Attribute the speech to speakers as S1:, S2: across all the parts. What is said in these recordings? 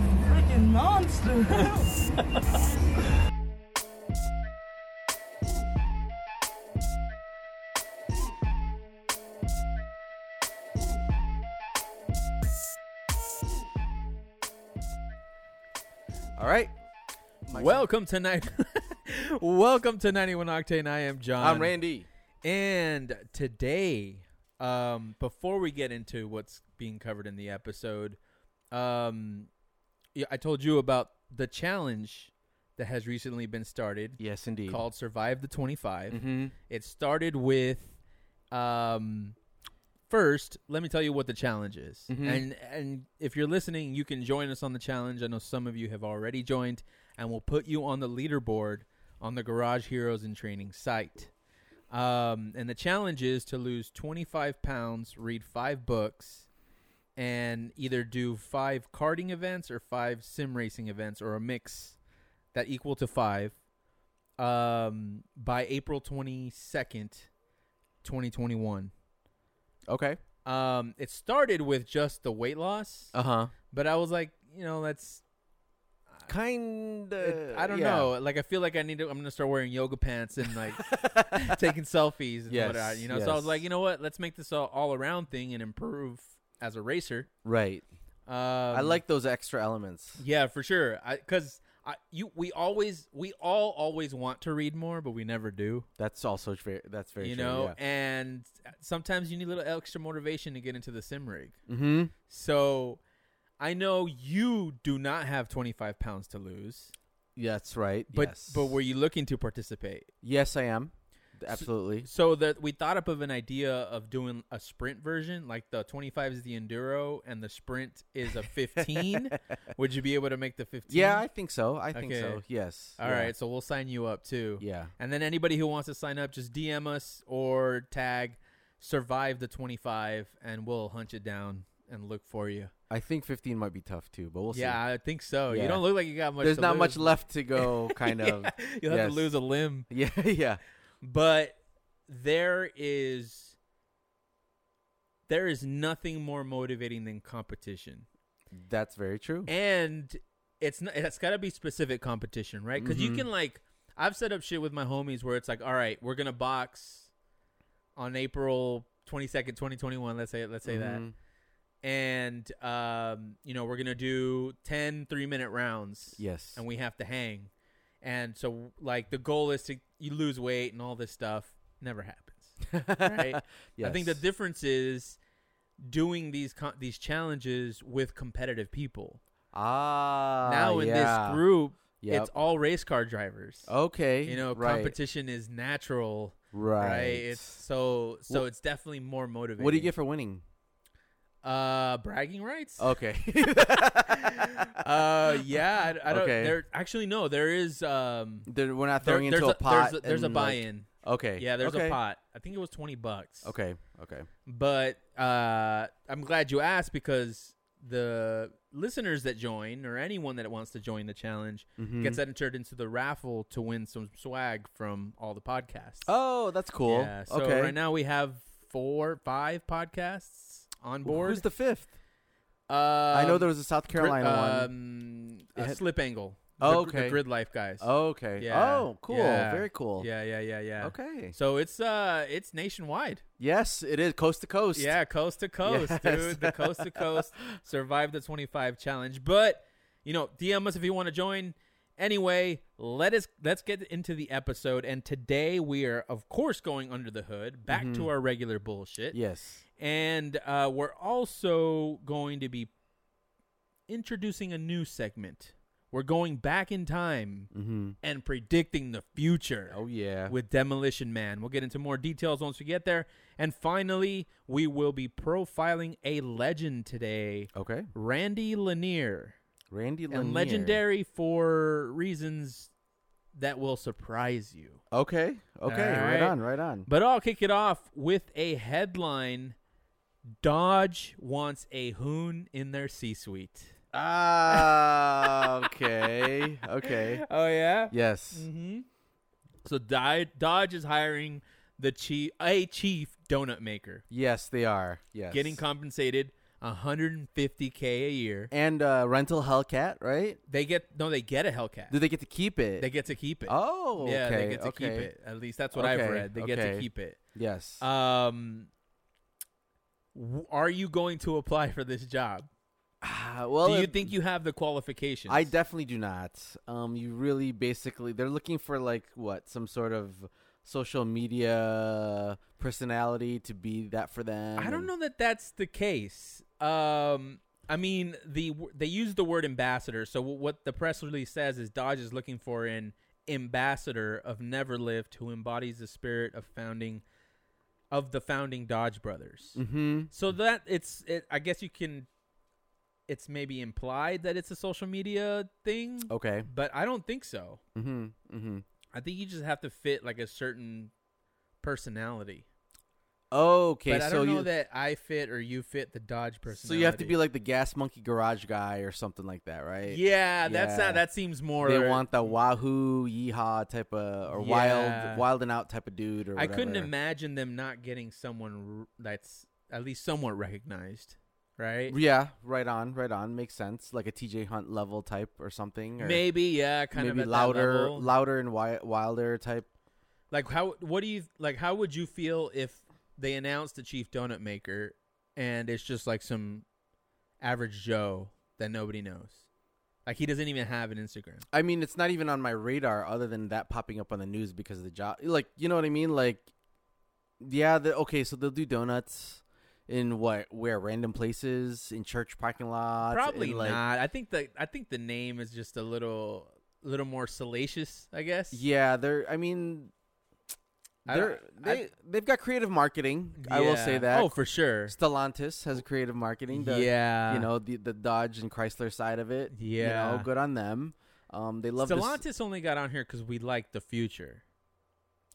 S1: fucking monster.
S2: All right.
S3: Welcome to night. Welcome to 91 Octane. I am John.
S2: I'm Randy.
S3: And today, um, before we get into what's being covered in the episode, um, yeah, I told you about the challenge that has recently been started
S2: Yes, indeed.
S3: called Survive the 25.
S2: Mhm.
S3: It started with um first, let me tell you what the challenge is.
S2: Mhm.
S3: And and if you're listening, you can join us on the challenge. I know some of you have already joined and we'll put you on the leaderboard on the Garage Heroes and Training site. Um, and the challenge is to lose 25 pounds, read five books, and either do five karting events or five sim racing events or a mix that equal to five um, by April 22nd, 2021.
S2: Okay.
S3: Um, it started with just the weight loss,
S2: Uh huh.
S3: but I was like, you know, that's
S2: Kind
S3: it-
S2: of.
S3: I don't know. Like I feel like I need to. I'm gonna start wearing yoga pants and like taking selfies and
S2: Yes,
S3: whatnot. You know. So I was
S2: yes.
S3: like, you know what? Let's make this all all around thing and improve as a racer.
S2: Right.
S3: Um,
S2: I like those extra elements.
S3: Yeah, for sure. I because I you we always we all always want to read more, but we never do.
S2: That's also very. That's very.
S3: you know. And sometimes you need a little extra motivation to get into the sim rig.
S2: Mm-hmm.
S3: So. I know you do not have 25 pounds to lose,
S2: That's right.
S3: but
S2: yes.
S3: but were you looking to participate?
S2: Yes, I am. Absolutely.
S3: So that we thought up of an idea of doing a sprint version, like the 25 is the enduro and the sprint is a 15. Would you be able to make the 15?
S2: yeah, I think so. I think
S3: Okay.
S2: so. Yes.
S3: All right, so we'll sign you up too.
S2: Yeah.
S3: And then anybody who wants to sign up, just DM us or tag survive the 25 and we'll hunt you down and look for you.
S2: I think 15 might be tough too, but we'll
S3: yeah, I think so.
S2: Yeah.
S3: You don't look like you got
S2: see.
S3: much
S2: There's
S3: to
S2: not
S3: lose.
S2: much left to go, kind of.
S3: You'll have
S2: Yes.
S3: to lose a limb.
S2: Yeah, yeah.
S3: but there is there is nothing more motivating than competition
S2: That's very true.
S3: and it's not it's got to be specific competition right because
S2: Mhm.
S3: you can like i've set up shit with my homies where it's like all right we're gonna box on april 22nd 2021 let's say let's say that
S2: Mhm.
S3: and um you know we're gonna do 10 three minute rounds
S2: Yes.
S3: and we have to hang. And so, like, the goal is to you lose weight and all this stuff. Never happens. Right? I think the
S2: Yes.
S3: difference is doing these con- these challenges with competitive people.
S2: Ah,
S3: now in
S2: yeah.
S3: this group,
S2: Yep.
S3: it's all race car drivers.
S2: okay.
S3: you know,
S2: right,
S3: competition is natural,
S2: Right.
S3: right? It's so so.
S2: Wh-
S3: it's definitely more motivating.
S2: what do you get Oh. for winning?
S3: Uh, bragging rights.
S2: Okay.
S3: Uh, yeah. I, I don't.
S2: Okay.
S3: There actually no. There is um.
S2: They're- we're not
S3: there-
S2: throwing
S3: there's
S2: into a,
S3: a,
S2: pot.
S3: There's a, there's a
S2: and, like-
S3: buy-in.
S2: okay.
S3: Yeah, there's
S2: okay.
S3: a pot. I think it was twenty bucks.
S2: Okay. Okay.
S3: But uh, I'm glad you asked because the listeners that join or anyone that wants to join the challenge
S2: Mhm.
S3: gets entered into the raffle to win some swag from all the podcasts.
S2: oh, that's cool.
S3: Yeah, so
S2: okay.
S3: right now we have four, five podcasts on board.
S2: Who's the fifth?
S3: um,
S2: I know there was a South
S3: Grid-
S2: Carolina one.
S3: um,
S2: It
S3: uh,
S2: had-
S3: Slip Angle. The
S2: Oh,
S3: gr- the
S2: okay.
S3: Grid Life guys.
S2: okay.
S3: yeah,
S2: Oh, cool.
S3: yeah,
S2: Very cool.
S3: Yeah, yeah, yeah, yeah.
S2: Okay.
S3: So it's uh it's nationwide.
S2: Yes, it is coast to coast.
S3: Yeah, coast to coast,
S2: Yes.
S3: dude. The coast to coast survive the 25 challenge. But you know, DM us if you want to join. Anyway, let us let's get into the episode. And today we are, of course, going under the hood, back
S2: Mm-hmm.
S3: to our regular bullshit.
S2: Yes.
S3: And uh, we're also going to be introducing a new segment. We're going back in time
S2: Mm-hmm.
S3: and predicting the future
S2: Oh yeah.
S3: with Demolition Man. We'll get into more details once we get there. And finally, we will be profiling a legend today,
S2: okay.
S3: Randy Lanier.
S2: Randy Lanier.
S3: And legendary for reasons that will surprise you.
S2: Okay. Okay. Right
S3: Alright.
S2: on. Right on.
S3: But I'll kick it off with a headline Dodge wants a hoon in their C suite.
S2: Ah. okay. Okay.
S3: Oh, yeah?
S2: Yes.
S3: Mm-hmm. So Di- Dodge is hiring the chief, a chief donut maker.
S2: Yes, they are. Yes.
S3: getting compensated 150k a year.
S2: And uh, rental Hellcat, right?
S3: They get no, they get a Hellcat.
S2: Do they get to keep it?
S3: They get to keep it.
S2: oh,
S3: yeah,
S2: okay,
S3: they get to
S2: okay.
S3: keep it. At least that's what I've
S2: Okay,
S3: read. They get to
S2: okay.
S3: keep it.
S2: Yes.
S3: Um, w- are you going to apply for this job?
S2: Ah, well,
S3: Do you
S2: it-
S3: think you have the qualifications?
S2: I definitely do not. Um, you really basically they're looking for like what some sort of social media personality to be that for them.
S3: I don't
S2: and-
S3: know that that's the case. Um, I mean, the w- they use the word ambassador. So w- what the press release says is Dodge is looking for an ambassador of Never Lived who embodies the spirit of founding of the founding Dodge brothers.
S2: Mhm.
S3: So that it's it, I guess you can it's maybe implied that it's a social media thing,
S2: Okay.
S3: but I don't think so.
S2: Mhm. Mhm.
S3: I think you just have to fit like a certain personality.
S2: Okay,
S3: but I
S2: so
S3: don't know
S2: you
S3: that I fit or you fit the Dodge personality.
S2: so you have to be like the gas monkey garage guy or something like that, right?
S3: yeah, that's
S2: Yeah.
S3: not. That seems more.
S2: They want the wahoo, yeehaw type of or
S3: Yeah.
S2: wild, wild and out type of dude. Or
S3: I couldn't
S2: whatever.
S3: imagine them not getting someone r- that's at least somewhat recognized, right?
S2: Yeah, right on, right on. Makes sense. Like a TJ Hunt level type or something. Or
S3: Maybe, yeah, kind
S2: maybe
S3: of at that
S2: louder,
S3: level.
S2: louder and wi- wilder type.
S3: Like how? What do you like? How would you feel if they announced the chief donut maker, and it's just like some average Joe that nobody knows? Like he doesn't even have an Instagram.
S2: I mean, it's not even on my radar other than that popping up on the news because of the job. Like, you know what I mean? Like, yeah, the, okay, so they'll do donuts in what, where? Random places, in church parking lots.
S3: Probably
S2: in, like,
S3: not. I think the I think the name is just a little little more salacious, I guess.
S2: Yeah, they're, I mean,
S3: I don't-
S2: they're,
S3: I-
S2: they, they've got creative marketing. I will say
S3: Yeah.
S2: that.
S3: Oh, for sure.
S2: Stellantis has creative marketing. The,
S3: yeah.
S2: You know, the, the Dodge and Chrysler side of it. You
S3: Yeah.
S2: know, good on them. Um, they love
S3: Stellantis
S2: this.
S3: only got on here because we like the future,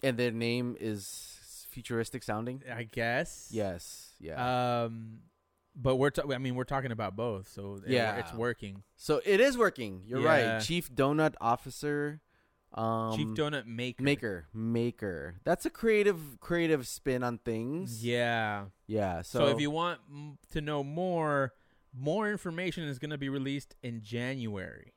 S2: And their name is futuristic sounding.
S3: I guess.
S2: Yes. Yeah.
S3: Um, but we're ta- I mean we're talking about both, so it-
S2: Yeah.
S3: it's working.
S2: So it is working. You're
S3: Yeah.
S2: right. Chief Donut Officer. Um,
S3: Chief Donut Maker.
S2: Maker. Maker. That's a creative, creative spin on things.
S3: Yeah.
S2: Yeah. So,
S3: So, if you want m- to know more, more information is going to be released in January,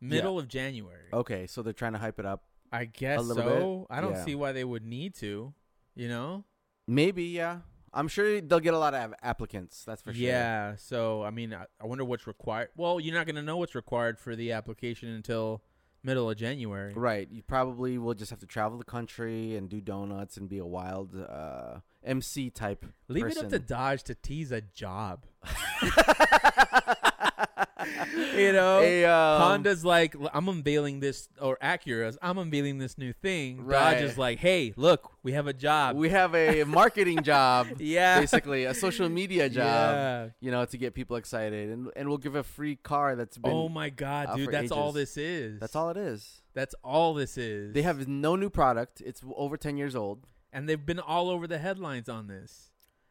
S3: middle of January.
S2: okay, so they're trying to hype it up.
S3: I guess
S2: little
S3: so. I don't
S2: Yeah.
S3: see why they would need to. You know.
S2: Maybe. Yeah. I'm sure they'll get a lot of applicants. That's for sure.
S3: Yeah. So I mean, I, I wonder what's required. Well, you're not going to know what's required for the application until middle of January.
S2: Right. You probably will just have to travel the country and do donuts and be a wild uh, MC type.
S3: Leave it up to
S2: person.
S3: Dodge to tease a job. You know,
S2: Hey, um,
S3: Honda's like, "L- I'm unveiling this, or Acura's, I'm unveiling this new thing. Dodge is
S2: Right.
S3: like, hey, look, we have a job.
S2: We have a marketing job.
S3: yeah.
S2: basically a social media job
S3: Yeah.
S2: you know to get people excited and and we'll give a free car that's been
S3: oh my God,
S2: out
S3: dude,
S2: for
S3: that's all
S2: ages.
S3: this is.
S2: that's all it is
S3: That's all this is.
S2: they have no new product it's over 10 years old
S3: and they've been all over the headlines on this.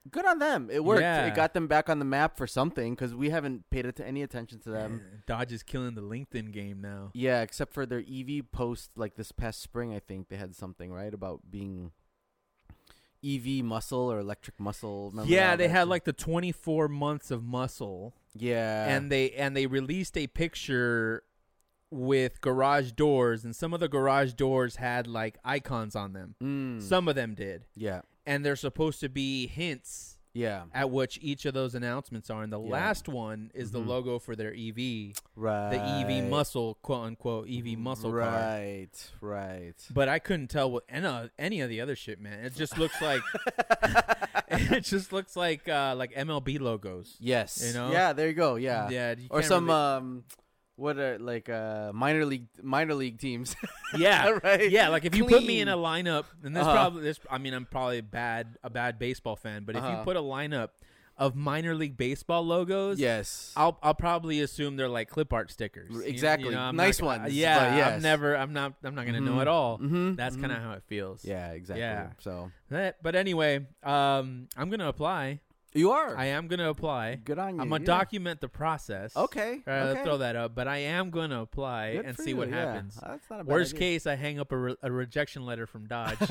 S2: good on them it worked
S3: Yeah.
S2: it got them back on the map for something because we haven't paid it any attention to them
S3: Dodge is killing the LinkedIn game now.
S2: yeah except for their ev post like this past spring i think they had something right about being ev muscle or electric muscle Remember
S3: yeah,
S2: all
S3: they
S2: that
S3: had
S2: shit?
S3: like the 24 months of muscle,
S2: yeah
S3: and they and they released a picture with garage doors, and some of the garage doors had like icons on them.
S2: Mm.
S3: Some of them did,
S2: yeah
S3: and they're supposed to be hints
S2: yeah
S3: at which each of those announcements are. And the
S2: Yeah.
S3: last one is
S2: Mhm.
S3: the logo for their EV,
S2: right
S3: the E EV muscle, quote unquote, EV E muscle car.
S2: right right
S3: But I couldn't tell what any of, any of the other shit, man. It just looks like it just looks like uh, like MLB logos.
S2: Yes.
S3: You know?
S2: Yeah, there you go. Yeah.
S3: Yeah, uh, you
S2: or
S3: can't
S2: some
S3: really-
S2: um what are like uh minor league minor league teams.
S3: yeah,
S2: right.
S3: yeah. Like if you put me in a
S2: Clean.
S3: lineup, and this
S2: Uh-huh.
S3: probably this, I mean, I'm probably bad a bad baseball fan, but if you
S2: Uh-huh.
S3: put a lineup of minor league baseball logos,
S2: Yes.
S3: I'll I'll probably assume they're like clip art stickers. You- you
S2: exactly.
S3: know, I'm
S2: Nice
S3: not,
S2: ones, but
S3: yeah, I'm
S2: yes.
S3: never. I'm not. I'm not gonna know
S2: Mhm.
S3: at all.
S2: Mhm,
S3: That's kind of
S2: mhm.
S3: how it feels.
S2: Yeah, exactly.
S3: Yeah.
S2: So
S3: That- but anyway, um, I'm gonna apply.
S2: You are.
S3: I am gonna apply.
S2: Good on you.
S3: I'm gonna
S2: yeah.
S3: document the process.
S2: Okay,
S3: All right, let's
S2: okay.
S3: throw that up. But I am gonna apply
S2: Good
S3: and
S2: for
S3: see
S2: you,
S3: what
S2: yeah.
S3: happens.
S2: That's not a bad
S3: Worst
S2: idea.
S3: case, I hang up a, re- a rejection letter from Dodge.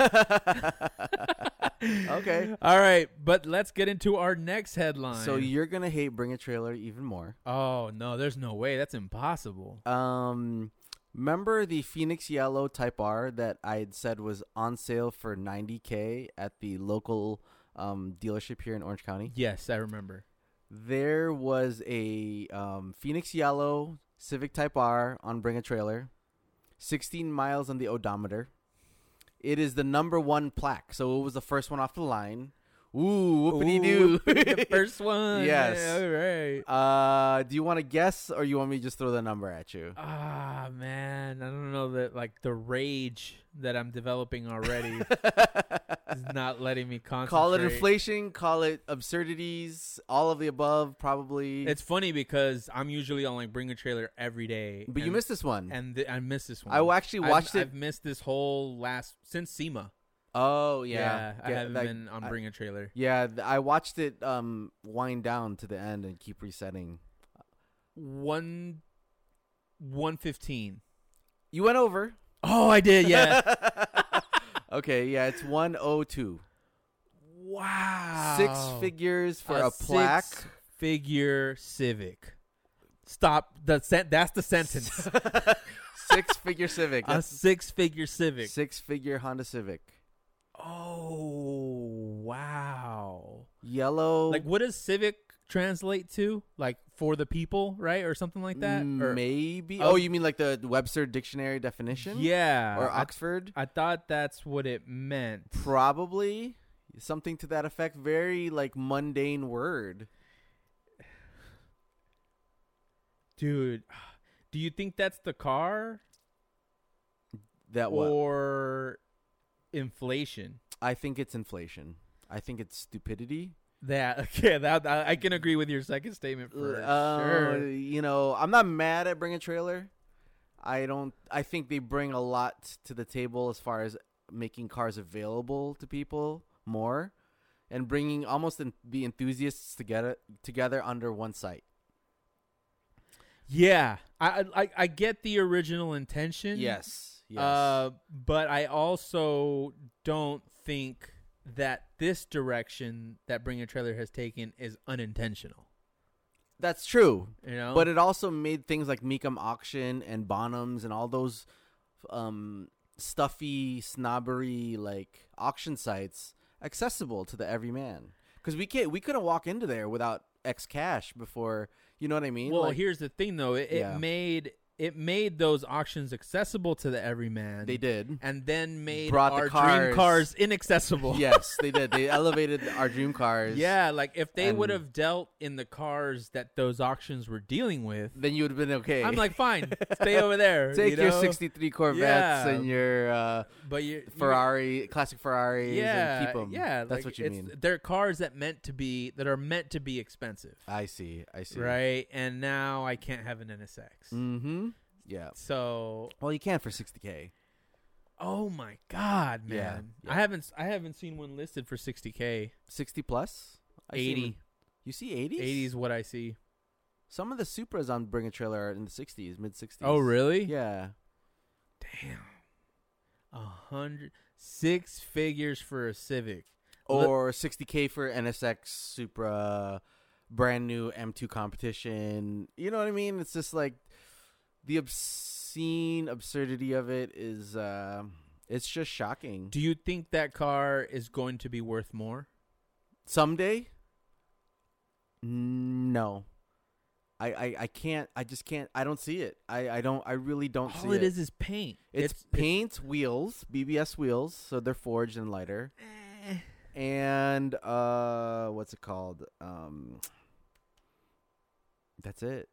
S2: okay.
S3: All right, but let's get into our next headline.
S2: So you're gonna hate Bring a Trailer even more.
S3: oh no, there's no way. That's impossible.
S2: Um, remember the Phoenix Yellow Type R that I had said was on sale for 90k at the local um dealership here in Orange County.
S3: Yes, I remember.
S2: There was a um Phoenix Yellow Civic Type R on Bring a Trailer, 16 miles on the odometer. It is the number one plaque, so it was the first one off the line. Ooh, whoopity
S3: Ooh,
S2: doo!
S3: the first one.
S2: Yes.
S3: All right.
S2: Uh, do you want to guess, or you want me to just throw the number at you?
S3: Ah man, I don't know that like the rage that I'm developing already is not letting me concentrate.
S2: call it inflation, call it absurdities, all of the above, probably.
S3: It's funny because I'm usually on like bring a trailer every day,
S2: but you
S3: and-
S2: missed this one.
S3: and th- I missed this one.
S2: I actually
S3: I've-
S2: watched it.
S3: I've missed this whole last since SEMA.
S2: oh yeah,
S3: Yeah, I
S2: Get-
S3: haven't
S2: like,
S3: been on
S2: I-
S3: bring a trailer.
S2: yeah, th- I watched it um wind down to the end and keep resetting.
S3: One, one fifteen.
S2: You went over.
S3: Oh, I did. Yeah.
S2: Okay, yeah, it's one oh two.
S3: wow.
S2: Six figures for a,
S3: six
S2: plaque.
S3: figure Civic. Stop. The sen- that's the sentence.
S2: six figure Civic.
S3: a
S2: That's
S3: six figure Civic.
S2: six figure Honda Civic.
S3: Oh wow.
S2: Yellow.
S3: Like what does Civic translate to? Like for the people, right, or something like that.
S2: Mm,
S3: Or-
S2: maybe.
S3: Oh.
S2: Oh, you mean like the Webster Dictionary definition?
S3: yeah.
S2: Or
S3: I-
S2: Oxford?
S3: I thought that's what it meant.
S2: Probably something to that effect. Very like mundane word.
S3: Dude, do you think that's the car
S2: That what?
S3: or inflation?
S2: I think it's inflation. I think it's stupidity.
S3: That okay, that I I can agree with your second statement for
S2: Uh,
S3: sure.
S2: You know, I'm not mad at bring a trailer. I don't. I think they bring a lot to the table as far as making cars available to people more, and bringing almost en- the enthusiasts together together under one site.
S3: Yeah, I, I I get the original intention.
S2: Yes. Yes.
S3: Uh, but I also don't think that this direction that Bring a Trailer has taken is unintentional.
S2: That's true.
S3: You know,
S2: But it also made things like Meekum Auction and Bonhams and all those um, stuffy, snobbery like auction sites accessible to the everyman. Because we can't, we couldn't walk into there without X cash before. You know what I mean?
S3: well,
S2: Like,
S3: here's the thing though. It,
S2: Yeah.
S3: it made it made those auctions accessible to the everyman.
S2: they did.
S3: and then made
S2: Brought the
S3: our dream
S2: cars.
S3: cars inaccessible.
S2: yes, they did. They elevated our dream cars.
S3: Yeah, like if they would
S2: And-
S3: have dealt in the cars that those auctions were dealing with,
S2: Then you would have been okay.
S3: I'm like, fine, stay over there.
S2: take
S3: you
S2: your
S3: know?
S2: '63 Corvettes
S3: Yeah.
S2: and your uh,
S3: but you, you-
S2: Ferrari, classic Ferraris,
S3: Yeah,
S2: and keep them.
S3: yeah,
S2: that's
S3: like,
S2: what you
S3: it's-
S2: mean.
S3: They're cars that meant to be that are meant to be expensive,
S2: I see. I see.
S3: right? And now I can't have an NSX.
S2: Mm-hmm. Yeah.
S3: So,
S2: Well, you can for 60k.
S3: oh my god,
S2: Yeah,
S3: man,
S2: yeah.
S3: I haven't I haven't seen one listed for 60k.
S2: 60 plus. I see
S3: 80,
S2: them- You see 80s.
S3: 80 is what I see.
S2: Some of the Supras on Bring a Trailer are in the 60s, mid 60s.
S3: Oh, really?
S2: Yeah.
S3: Damn. A hundred six figures for a Civic. Li-
S2: Or 60k for NSX Supra, brand new M2 competition. You know what I mean? It's just like the obscene absurdity of it is. Uh, it's just shocking.
S3: Do you think that car is going to be worth more?
S2: Someday. No. I, I, I can't I just can't I don't see it. I, I don't I really don't see
S3: All it is is paint.
S2: It's, paint wheels, BBS wheels, so they're forged and lighter.
S3: Eh.
S2: And uh what's it called? Um That's it.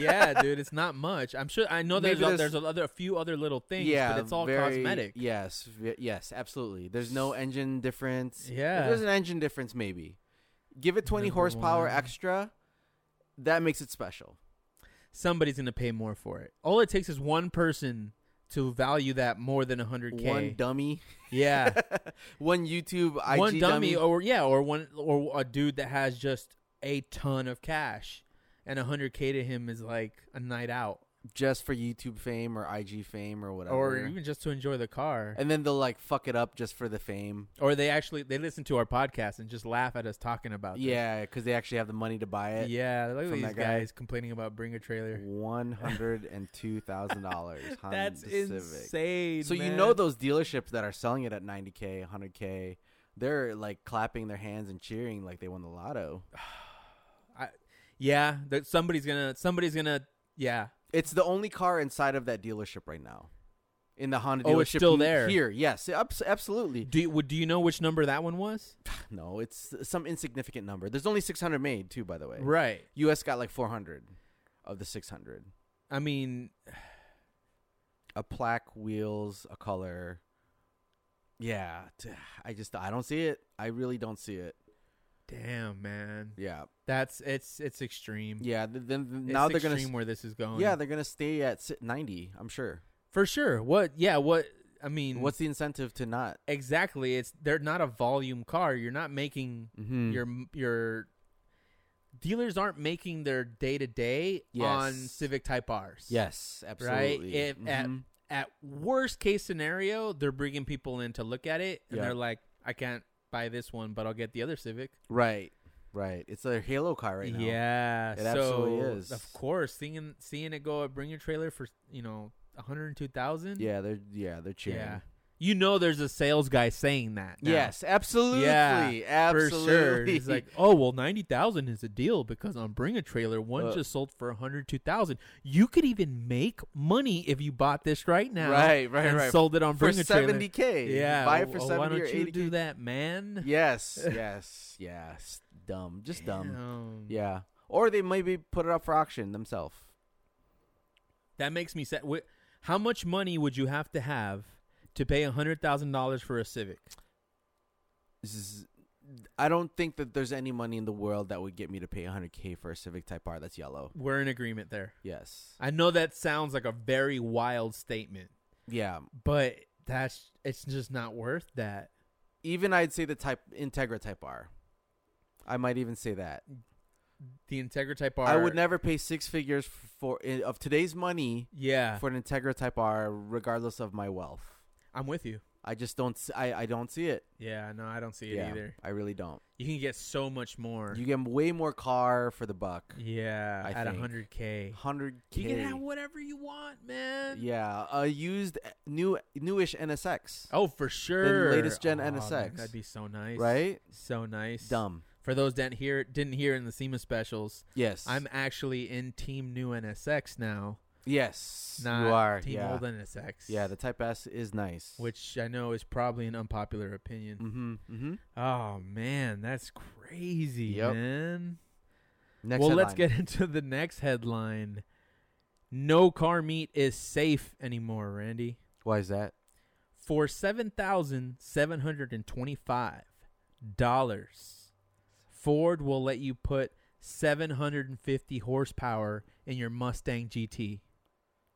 S3: yeah, dude, it's not much. I'm sure. I know there's
S2: Maybe
S3: a,
S2: there's-
S3: there's a, other, a few other little things, but it's all
S2: very- e-,
S3: cosmetic.
S2: Yes, v- yes, absolutely. There's no engine difference. If
S3: Yeah.
S2: there's an engine difference maybe. Give it 20
S3: Number
S2: horsepower
S3: one.
S2: extra. That makes it special.
S3: Somebody's gonna pay more for it. All it takes is one person to value that more than 100k.
S2: One dummy,
S3: yeah.
S2: one YouTube IG
S3: one dummy,
S2: dummy.
S3: or yeah, or one or a dude that has just a ton of cash and 100k to him is like a night out
S2: just for YouTube fame or IG fame or whatever.
S3: or even just to enjoy the car.
S2: and then they'll like fuck it up just for the fame.
S3: Or they actually they listen to our podcast and just laugh at us talking about this.
S2: Yeah, because they actually have the money to buy it.
S3: Yeah, look at
S2: from
S3: these
S2: that guy.
S3: guys complaining about bring a trailer.
S2: One hundred and two thousand dollars.
S3: That's insane.
S2: So you
S3: man.
S2: know those dealerships that are selling it at ninety k, hundred k, they're like clapping their hands and cheering like they won the lotto.
S3: yeah, that somebody's gonna somebody's gonna yeah.
S2: It's the only car inside of that dealership right now, in the Honda dealership.
S3: Oh, it's still there.
S2: Here, yes, abs- absolutely.
S3: Do you, would- do you know which number that one was?
S2: No, it's some insignificant number. There's only six hundred made too, by the way.
S3: Right.
S2: U.S. got like four hundred of the six hundred.
S3: I mean,
S2: a plaque, wheels, a color. Yeah, t- I just I don't see it. I really don't see it.
S3: damn man,
S2: Yeah,
S3: that's it's it's extreme.
S2: yeah. th- Then then
S3: It's
S2: now they're gonna
S3: extreme where this is going.
S2: yeah they're gonna stay at si- ninety. I'm sure.
S3: for sure. What? Yeah. What? I mean,
S2: What's the incentive to not?
S3: exactly? It's they're not a volume car. You're not making
S2: Mm-hmm.
S3: your your dealers aren't making their day to day on
S2: Yes.
S3: Civic Type R's.
S2: yes, absolutely.
S3: If at-
S2: Mhm.
S3: At worst case scenario, they're bringing people in to look at it, and
S2: Yeah.
S3: they're like, "I can't buy this one, but I'll get the other Civic."
S2: right, right. It's a Halo car right now.
S3: Yeah,
S2: It
S3: so
S2: absolutely is.
S3: Of course, seeing seeing it go, bring your trailer for you know one hundred two thousand.
S2: yeah. They're yeah they're cheering.
S3: yeah. You know, there's a sales guy saying that. now.
S2: Yes, absolutely.
S3: for
S2: absolutely.
S3: sure. He's like, oh well, ninety thousand is a deal because on bring a trailer, one
S2: Uh,
S3: just sold for one hundred two thousand. You could even make money if you bought this right now,
S2: Right, right,
S3: and
S2: right.
S3: Sold it on
S2: for
S3: bring a trailer.
S2: seventy k.
S3: Yeah,
S2: buy
S3: oh,
S2: it for
S3: oh,
S2: seventy
S3: Why don't
S2: or
S3: you
S2: eighty
S3: do that, man?
S2: Yes, yes, yes. Dumb, just dumb.
S3: Damn.
S2: Yeah. Or they maybe put it up for auction themselves.
S3: That makes me sad. Wh- How much money would you have to have to pay hundred thousand dollars for a Civic?
S2: I don't think that there's any money in the world that would get me to pay 100k for a Civic Type R that's yellow.
S3: We're in agreement there.
S2: Yes.
S3: I know that sounds like a very wild statement,
S2: Yeah.
S3: but that's it's just not worth that.
S2: Even I'd say the Type Integra Type R. I might even say that.
S3: The Integra Type R.
S2: I would never pay six figures for eh, of today's money
S3: Yeah,
S2: for an Integra Type R, regardless of my wealth.
S3: I'm with you.
S2: I just don't. s- I I don't see it.
S3: Yeah, no, I don't see it
S2: yeah,
S3: either.
S2: I really don't.
S3: You can get so much more.
S2: You get way more car for the buck.
S3: yeah,
S2: I
S3: at
S2: think.
S3: hundred k.
S2: Hundred k.
S3: You can have whatever you want, man.
S2: Yeah, a used eh, new newish NSX,
S3: Oh, for sure.
S2: latest gen
S3: Aw, man,
S2: NSX.
S3: that'd be so nice,
S2: right?
S3: So nice.
S2: Dumb.
S3: For those that hear didn't hear in the SEMA specials,
S2: Yes,
S3: I'm actually in Team New NSX now.
S2: Yes,
S3: Not
S2: you are.
S3: Team
S2: yeah,
S3: Old NSX.
S2: yeah. The Type S is nice.
S3: which I know is probably an unpopular opinion.
S2: Mm-hmm. Mm-hmm.
S3: Oh man, that's crazy,
S2: Yep.
S3: man.
S2: Next.
S3: well, let's
S2: headline.
S3: get into the next headline. No car meet is safe anymore, Randy.
S2: Why is that?
S3: For seven thousand seven hundred and twenty-five dollars, Ford will let you put seven hundred and fifty horsepower in your Mustang GT.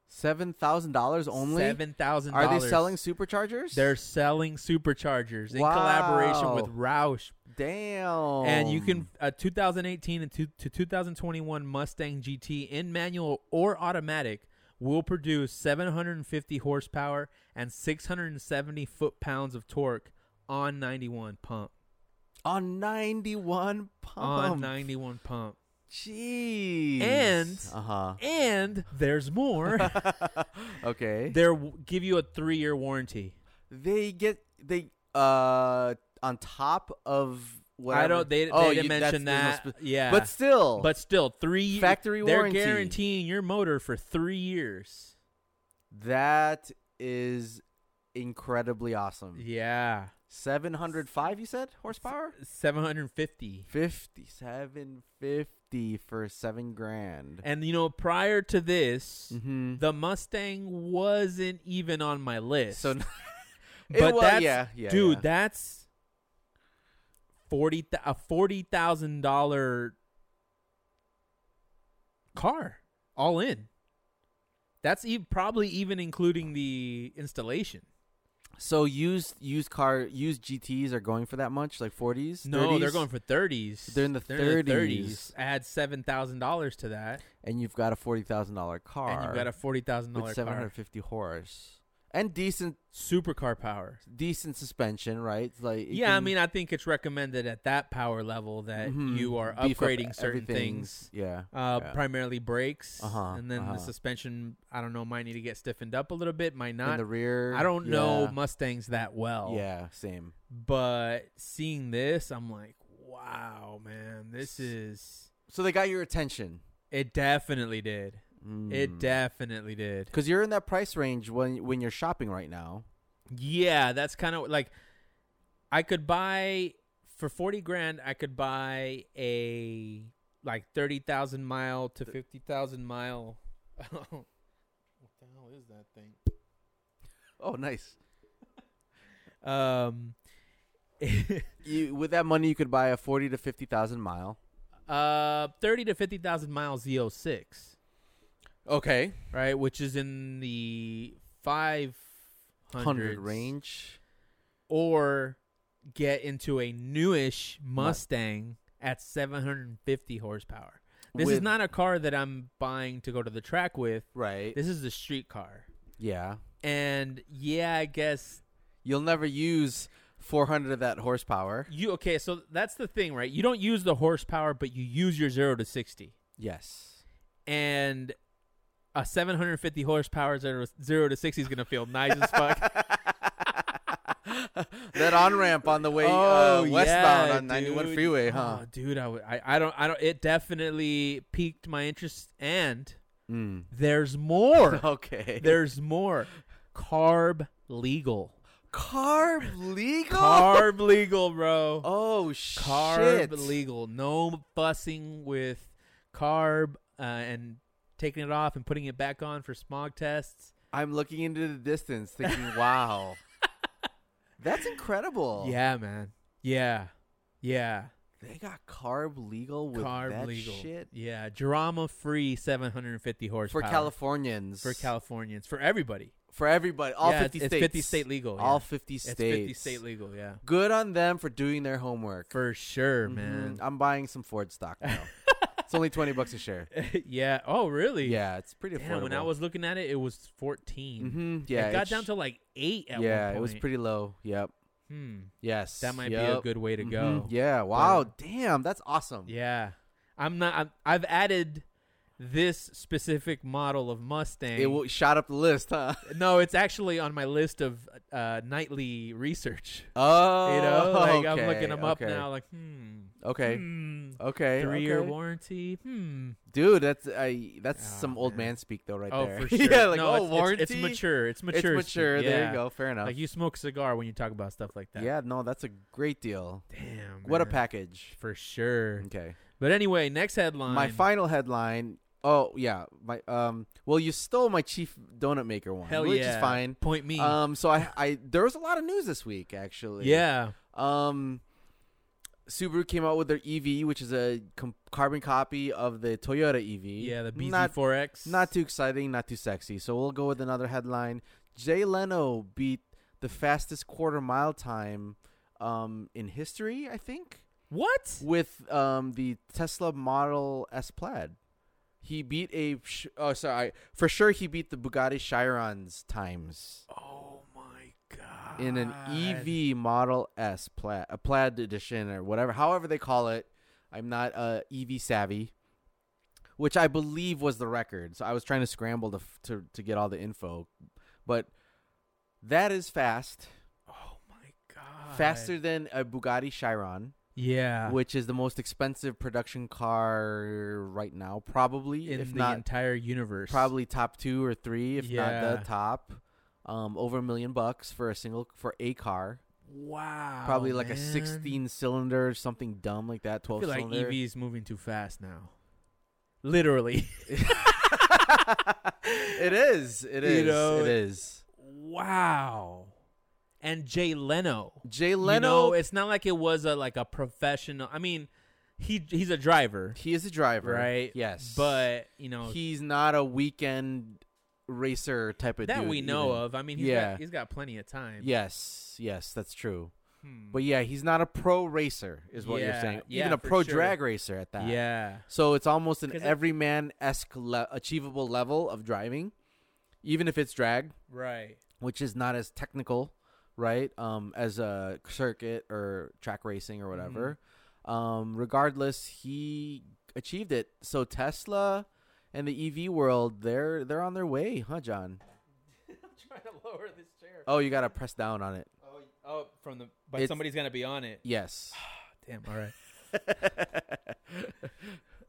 S2: Seven thousand dollars only.
S3: seven thousand.
S2: Are they selling superchargers?
S3: They're selling superchargers in
S2: Wow.
S3: collaboration with Roush,
S2: damn.
S3: and you can
S2: Oh.
S3: a 2018 and two, to 2021 Mustang GT in manual or automatic will produce 750 horsepower and 670 foot-pounds of torque on 91 pump.
S2: on ninety-one pump.
S3: On 91 pump.
S2: Jeez.
S3: And-
S2: uh
S3: And there's more.
S2: huh. okay.
S3: they will give you a 3-year warranty.
S2: They get they uh on top of Oh, what
S3: I don't they, they didn't mention that. yeah.
S2: But still,
S3: But still, three
S2: Oh. Factory
S3: They're
S2: warranty.
S3: guaranteeing your motor for three years.
S2: that is incredibly awesome.
S3: Yeah,
S2: Seven hundred five, you said Hmm. horsepower.
S3: seven hundred fifty.
S2: Fifty-seven fifty for seven grand.
S3: And you know, prior to this,
S2: Mm-hmm.
S3: the Mustang wasn't even on my list.
S2: So, it
S3: but
S2: wa-
S3: that's
S2: yeah, yeah,
S3: dude,
S2: yeah.
S3: that's forty th- a forty thousand dollar car all in. That's e- probably even including the installation.
S2: So used used car used GTS are going for that much, like forties.
S3: No, they're going for thirties.
S2: They're in the 30s.
S3: Add seven thousand dollars to that,
S2: and you've got a forty thousand dollar car.
S3: and you've got a forty thousand dollar
S2: with seven
S3: car,
S2: hundred fifty horse and decent
S3: supercar power.
S2: decent suspension, right? It's Like it
S3: yeah, I
S2: can
S3: mean, I think it's recommended at that power level that
S2: Mhm.
S3: you are
S2: beef up
S3: upgrading certain
S2: everything's-
S3: things.
S2: Yeah,
S3: Uh,
S2: yeah.
S3: primarily brakes,
S2: Uh-huh,
S3: and then
S2: uh-huh.
S3: the suspension. I don't know. Might need to get stiffened up a little bit. Might
S2: in
S3: not.
S2: the rear.
S3: I don't know
S2: yeah.
S3: Mustangs that well.
S2: Yeah, same.
S3: But seeing this, I'm like, wow, man, this is.
S2: So they got your attention.
S3: It definitely did. It
S2: Mm.
S3: definitely did.
S2: Because you're in that price range when when you're shopping right now.
S3: Yeah, that's kind of like I could buy for 40 grand, I could buy a like 30,000 mile to 50,000 mile. what the hell is that thing?
S2: Oh, nice.
S3: Um
S2: You with that money, you could buy a forty to fifty thousand mile.
S3: uh 30 to 50,000 mile Z06,
S2: Okay,
S3: right, which is in the 500
S2: hundred range.
S3: or get into a newish
S2: Mu-
S3: Mustang at 750 horsepower. This is
S2: With-
S3: not a car that I'm buying to go to the track with.
S2: right.
S3: This is a street car.
S2: yeah,
S3: And yeah, I guess
S2: you'll never use four hundred of that horsepower.
S3: you okay, so that's the thing, right? You don't use the horsepower, but you use your 0 to 60.
S2: Yes.
S3: And a 750 horsepower 0, 0 to 60 is going to feel nice as fuck.
S2: that on ramp on the way uh, westbound on ninety one
S3: Oh, dude.
S2: freeway, huh?
S3: Oh, dude, I, would- I, I don't, I don't. It definitely piqued my interest, and
S2: Mm.
S3: there's more.
S2: Okay.
S3: there's more. Carb legal.
S2: carb legal.
S3: Carb legal, bro.
S2: Oh shit.
S3: carb legal. No fussing with carb uh, and taking it off and putting it back on for smog tests.
S2: I'm looking into the distance, thinking, "Wow, that's incredible."
S3: Yeah, man. Yeah, yeah.
S2: they got carb legal with
S3: carb
S2: that
S3: legal.
S2: shit
S3: Yeah, drama free 750
S2: for
S3: horsepower
S2: Californians,
S3: for Californians for everybody.
S2: for everybody, all
S3: Yeah, it's-
S2: fifty
S3: it's
S2: states,
S3: 50 state legal, yeah.
S2: all fifty states,
S3: It's 50 state legal. Yeah,
S2: Good on them for doing their homework.
S3: for sure,
S2: Mhm.
S3: man.
S2: I'm buying some Ford stock now. it's only twenty bucks a share.
S3: yeah. Oh, really?
S2: Yeah, it's pretty
S3: Damn,
S2: affordable.
S3: when I was looking at it, it was 14.
S2: hmm yeah,
S3: it got
S2: it's-
S3: down to like eight at
S2: yeah,
S3: one point.
S2: it was pretty low. Yep.
S3: Hmm.
S2: Yes,
S3: That might be a
S2: Yep.
S3: good way to
S2: Mhm.
S3: go.
S2: Yeah. Wow. Damn, that's awesome.
S3: Yeah. I'm not. I'm, I've added this specific model of Mustang.
S2: It w- shot up the list, huh?
S3: no, it's actually on my list of uh, nightly research.
S2: Oh,
S3: You know, like I'm
S2: okay,
S3: looking them up
S2: okay,
S3: now. Like, hmm.
S2: Okay,
S3: hmm,
S2: okay,
S3: Three-year
S2: okay.
S3: warranty. Hmm.
S2: dude. That's I. That's
S3: Ah,
S2: some old
S3: man.
S2: man. speak though, right
S3: oh,
S2: there.
S3: for sure.
S2: yeah, like
S3: no,
S2: oh,
S3: it's,
S2: warranty.
S3: It's, it's mature. It's
S2: It's
S3: mature.
S2: mature,
S3: Steve.
S2: There
S3: Yeah.
S2: you go. Fair enough.
S3: Like you smoke a cigar when you talk about stuff like that.
S2: yeah, no, that's a great deal.
S3: Damn.
S2: What a
S3: man.
S2: package.
S3: For sure.
S2: Okay.
S3: But anyway, next headline.
S2: My final headline. Oh yeah, my um. Well, you stole my chief donut maker one,
S3: Hell
S2: which
S3: yeah.
S2: is fine.
S3: Point me.
S2: Um. So I I there was a lot of news this week actually.
S3: yeah.
S2: Um, Subaru came out with their EV, which is a com- carbon copy of the Toyota EV.
S3: Yeah. The
S2: Not,
S3: BZ4X.
S2: not too exciting, not too sexy. So we'll go with another headline. Jay Leno beat the fastest quarter mile time um, in history, I think,
S3: What?
S2: with um, the Tesla Model S Plaid. He beat a sh- oh sorry for sure he beat the Bugatti Chiron's times
S3: Oh my god.
S2: in an
S3: Ah,
S2: E EV Model S plaid, a plaid edition or whatever, however they call it. I'm not uh, EV savvy, which I believe was the record. So I was trying to scramble to f- to to get all the info, but that is fast,
S3: Oh my god.
S2: faster than a Bugatti Chiron,
S3: Yeah.
S2: which is the most expensive production car right now, probably
S3: in
S2: if
S3: the
S2: not
S3: entire universe.
S2: probably top two or three, if not
S3: Yeah.
S2: the top. Um, over a million bucks for a single for a car.
S3: Wow.
S2: probably like a
S3: Oh, man.
S2: 16 cylinder or something dumb like that
S3: I
S2: 12
S3: feel like E
S2: cylinder
S3: EV is moving too fast now. Literally.
S2: it is it
S3: You
S2: is
S3: know,
S2: it is
S3: wow. And Jay Leno.
S2: jay
S3: You
S2: leno
S3: know, it's not like it was a like a professional. I mean, he he's a driver,
S2: he is a driver
S3: right?
S2: yes
S3: But you know,
S2: he's not a weekend racer type of
S3: that
S2: dude
S3: we know
S2: even.
S3: of. I mean, he's
S2: Yeah.
S3: got, he's got plenty of time.
S2: Yes, yes, that's true.
S3: Hmm.
S2: Mm-hmm. But yeah, he's not a pro racer, is what you're
S3: Yeah,
S2: saying.
S3: yeah,
S2: Even a
S3: for
S2: pro
S3: sure.
S2: drag racer at that.
S3: yeah,
S2: So it's almost an
S3: 'Cause it-
S2: everyman esque le- achievable level of driving, even if it's drag,
S3: right.
S2: which is not as technical, right? Um, as a circuit or track racing or whatever.
S3: Mm-hmm.
S2: Um, regardless, he achieved it. So Tesla and the EV world, they're they're on their way, huh, John?
S3: I'm trying to lower this chair.
S2: Oh, you gotta press down on it.
S3: Oh, oh, from the but
S2: It's-
S3: somebody's gonna be on it.
S2: Yes.
S3: Damn. All right.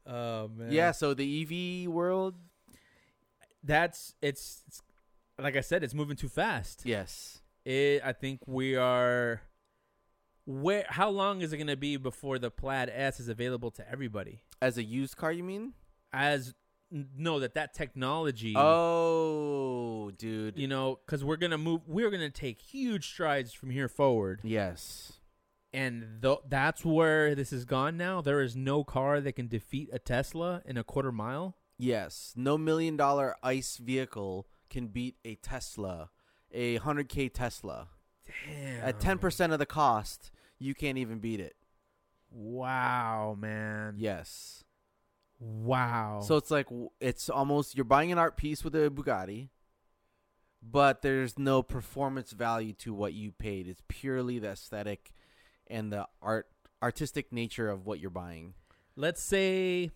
S3: Oh man.
S2: yeah. So the EV world,
S3: That's it's, it's like I said, it's moving too fast.
S2: yes.
S3: It, I think we are. Where? How long is it gonna be before the Plaid S is available to everybody?
S2: As a used car, you mean?
S3: As n- know that that
S2: E
S3: technology.
S2: Oh, dude.
S3: You know, because we're gonna move. We're gonna take huge strides from here forward.
S2: yes.
S3: and th- that's where this is gone now. There is no car that can defeat a Tesla in a quarter mile.
S2: Yes. No million dollar ICE vehicle can beat a Tesla, a 100K Tesla.
S3: Damn.
S2: At 10% of the cost, you can't even beat it.
S3: Wow, man.
S2: Yes.
S3: Wow.
S2: So it's like, w- it's almost, you're buying an art piece with a Bugatti, but there's no performance value to what you paid. It's purely the aesthetic and the art artistic nature of what you're buying.
S3: let's say,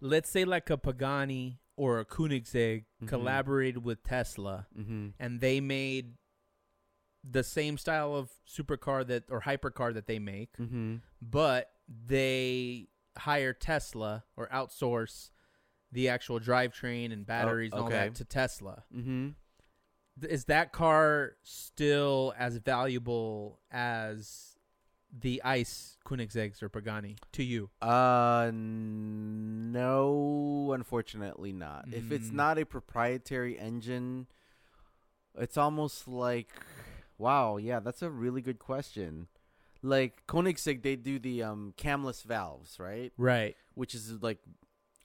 S3: let's say like a Pagani or a Koenigsegg
S2: Mhm.
S3: collaborated with Tesla,
S2: Mm-hmm.
S3: and they made the same style of supercar that or hypercar that they make,
S2: Mm-hmm.
S3: but they hire Tesla or outsource the actual drivetrain and batteries and all
S2: okay.
S3: that to Tesla.
S2: Mm-hmm.
S3: Th- Is that car still as valuable as the ICE Koenigseggs or Pagani to you?
S2: Uh, n- no, unfortunately not. If it's
S3: Mm.
S2: not a proprietary engine, it's almost like, wow, yeah, that's a really good question. Like Koenigsegg, they do the um camless valves, right?
S3: Right,
S2: Which is like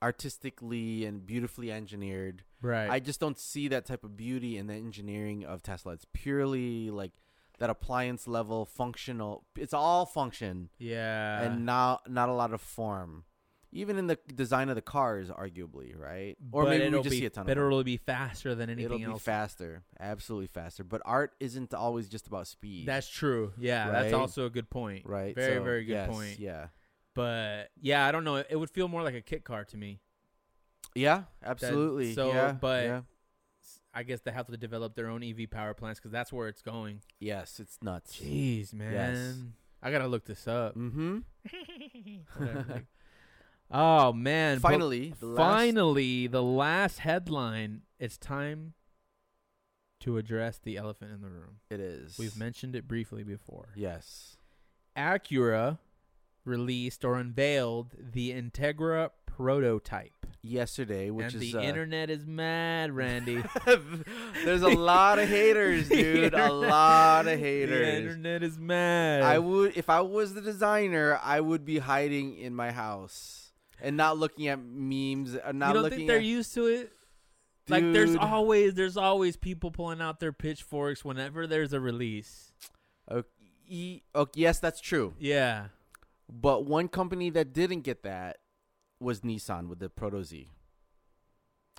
S2: artistically and beautifully engineered.
S3: right.
S2: I just don't see that type of beauty in the engineering of Tesla. It's purely like that appliance level functional. It's all function
S3: yeah,
S2: and not not a lot of form, even in the design of the cars, arguably, right? Or
S3: but
S2: maybe we
S3: it'll
S2: just
S3: be,
S2: see a ton
S3: but
S2: of. them.
S3: it'll be faster than anything
S2: It'll be
S3: else.
S2: faster, absolutely faster. But art isn't always just about speed,
S3: That's true. Yeah, that's
S2: Right?
S3: also a good point.
S2: right?
S3: Very,
S2: So,
S3: very good
S2: yes,
S3: point.
S2: Yeah,
S3: But yeah, I don't know. It would feel more like a kit car to me.
S2: yeah, absolutely.
S3: so,
S2: yeah,
S3: but-
S2: yeah.
S3: I guess they have to develop their own EV power plants because that's where it's going.
S2: yes, it's nuts.
S3: Jeez, man. I gotta look this up.
S2: Mm-hmm.
S3: Whatever, like- oh man! but
S2: Finally, the last-
S3: finally, the last headline. It's time to address the elephant in the room.
S2: it is.
S3: We've mentioned it briefly before.
S2: Yes.
S3: Acura released or unveiled the Integra prototype,
S2: Yesterday, which
S3: and
S2: is
S3: the
S2: uh,
S3: internet is mad, Randy.
S2: There's a lot of haters,
S3: The
S2: dude. A
S3: internet-
S2: lot of
S3: The
S2: haters.
S3: internet is mad.
S2: I would if I was the designer, I would be hiding in my house and not looking at memes. uh, Not
S3: you don't
S2: looking
S3: think they're
S2: at
S3: used to it? Like there's
S2: Dude.
S3: always there's always people pulling out their pitchforks whenever there's a release.
S2: Oh, e- oh, yes, that's true.
S3: Yeah.
S2: But one company that didn't get that was Nissan with the Proto Z.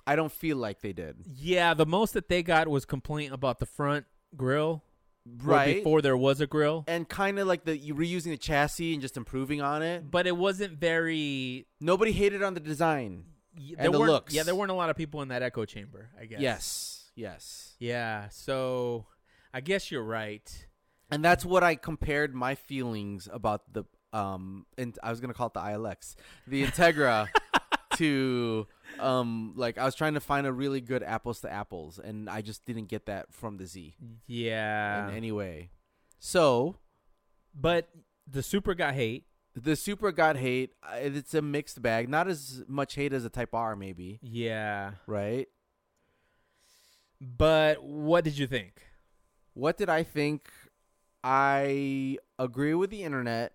S2: I don't feel like they did.
S3: Yeah, the most that they got was complaint about the front grill. or
S2: Right.
S3: Before there was a grill.
S2: and kind of like the you reusing the chassis and just improving on it.
S3: But it wasn't very
S2: Nobody hated on the design.
S3: y-
S2: And
S3: there
S2: the
S3: weren't-
S2: looks.
S3: Yeah, there weren't a lot of people in that echo chamber, I guess.
S2: Yes. Yes.
S3: Yeah. So I guess you're right.
S2: and that's what I compared my feelings about the um and I was gonna call it the ILX, the Integra to um like I was trying to find a really good apples to apples, and I just didn't get that from the Z
S3: Yeah.
S2: in any way. So
S3: but the super got hate.
S2: the Supra got hate. I- It's a mixed bag. Not as much hate as a Type R, maybe.
S3: Yeah.
S2: Right?
S3: But what did you think?
S2: What did I think? I agree with the internet.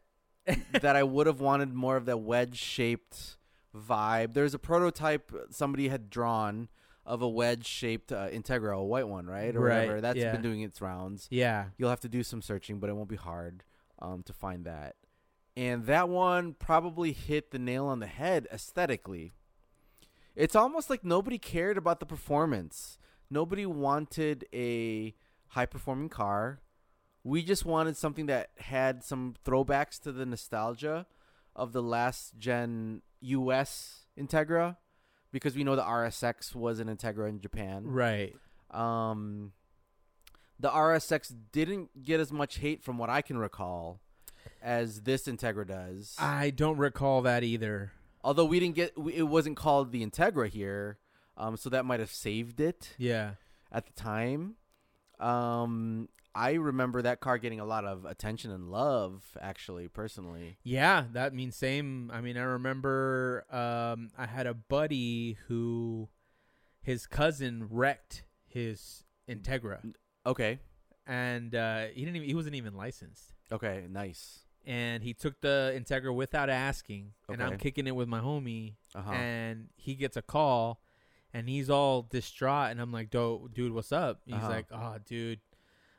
S2: that I would have wanted more of that wedge shaped vibe. There's a prototype somebody had drawn of a wedge shaped uh, Integra, a white one, right? Or
S3: Right,
S2: whatever. That's
S3: yeah.
S2: been doing its rounds.
S3: Yeah.
S2: You'll have to do some searching, but it won't be hard um, to find that. And that one probably hit the nail on the head aesthetically. It's almost like nobody cared about the performance. Nobody wanted a high performing car. We just wanted something that had some throwbacks to the nostalgia of the last gen US Integra because we know the RSX was an Integra in Japan.
S3: Right.
S2: Um, the RSX didn't get as much hate from what I can recall as this Integra does.
S3: I don't recall that either.
S2: Although we didn't get, it wasn't called the Integra here, um, so that might have saved it
S3: Yeah.
S2: at the time. Um, I remember that car getting a lot of attention and love, actually, personally.
S3: Yeah, that means same. I mean, I remember um, I had a buddy who his cousin wrecked his Integra,
S2: Okay, and
S3: and uh, he didn't. Even, he wasn't even licensed,
S2: okay, nice.
S3: and he took the Integra without asking. And I'm
S2: Okay.
S3: kicking it with my homie,
S2: Uh huh.
S3: and he gets a call, and he's all distraught. And I'm like, "Do- "Dude, what's up?" He's
S2: Uh-huh.
S3: like, "Oh, dude,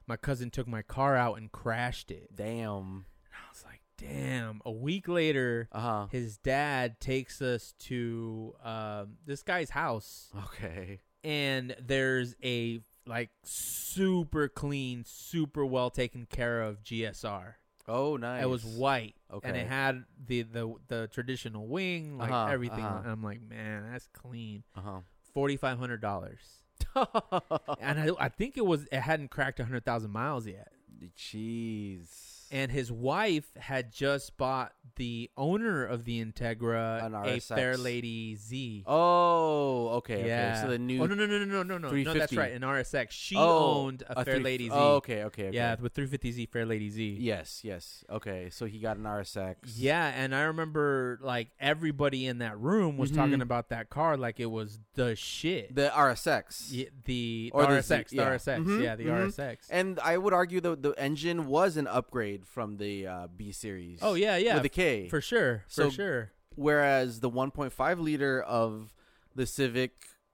S3: my cousin took my car out and crashed it."
S2: Damn.
S3: And I was like, "Damn!" A week later.
S2: Uh huh.
S3: his dad takes us to um, this guy's house,
S2: Okay.
S3: and there's a like super clean, super well taken care of GSR.
S2: Oh, nice.
S3: It was white, and
S2: Okay.
S3: it had the the the traditional wing, like
S2: Uh-huh,
S3: everything.
S2: uh-huh.
S3: And I'm like, man, that's clean.
S2: Uh
S3: Forty five hundred dollars,
S2: huh.
S3: and I I think it was it hadn't cracked hundred thousand miles yet.
S2: Jeez.
S3: and his wife had just bought the owner of the
S2: An
S3: Integra, a
S2: RSX.
S3: Fair Lady Z.
S2: oh, okay, okay. So the new
S3: Oh no no no no no no no. No, that's
S2: 350.
S3: right. An RSX. She
S2: Oh,
S3: owned a, Fair
S2: three-
S3: Lady Z.
S2: Oh, okay, okay, okay.
S3: Yeah, with 350Z, Fair Lady Z.
S2: Yes, yes. Okay, so he got an RSX.
S3: Yeah, and I remember like everybody in that room was
S2: Mhm.
S3: talking about that car like it was Mm-hmm. the shit.
S2: The RSX.
S3: Y- the,
S2: Or
S3: the
S2: the
S3: RSX,
S2: Z-
S3: the
S2: yeah.
S3: RSX,
S2: Mhm,
S3: yeah, Mm-hmm, the
S2: mhm.
S3: RSX.
S2: And I would argue the the engine was an upgrade from the uh, B series.
S3: oh yeah, yeah,
S2: With the K.
S3: for sure, for
S2: So-
S3: sure.
S2: Whereas the 1.5 liter of the Civic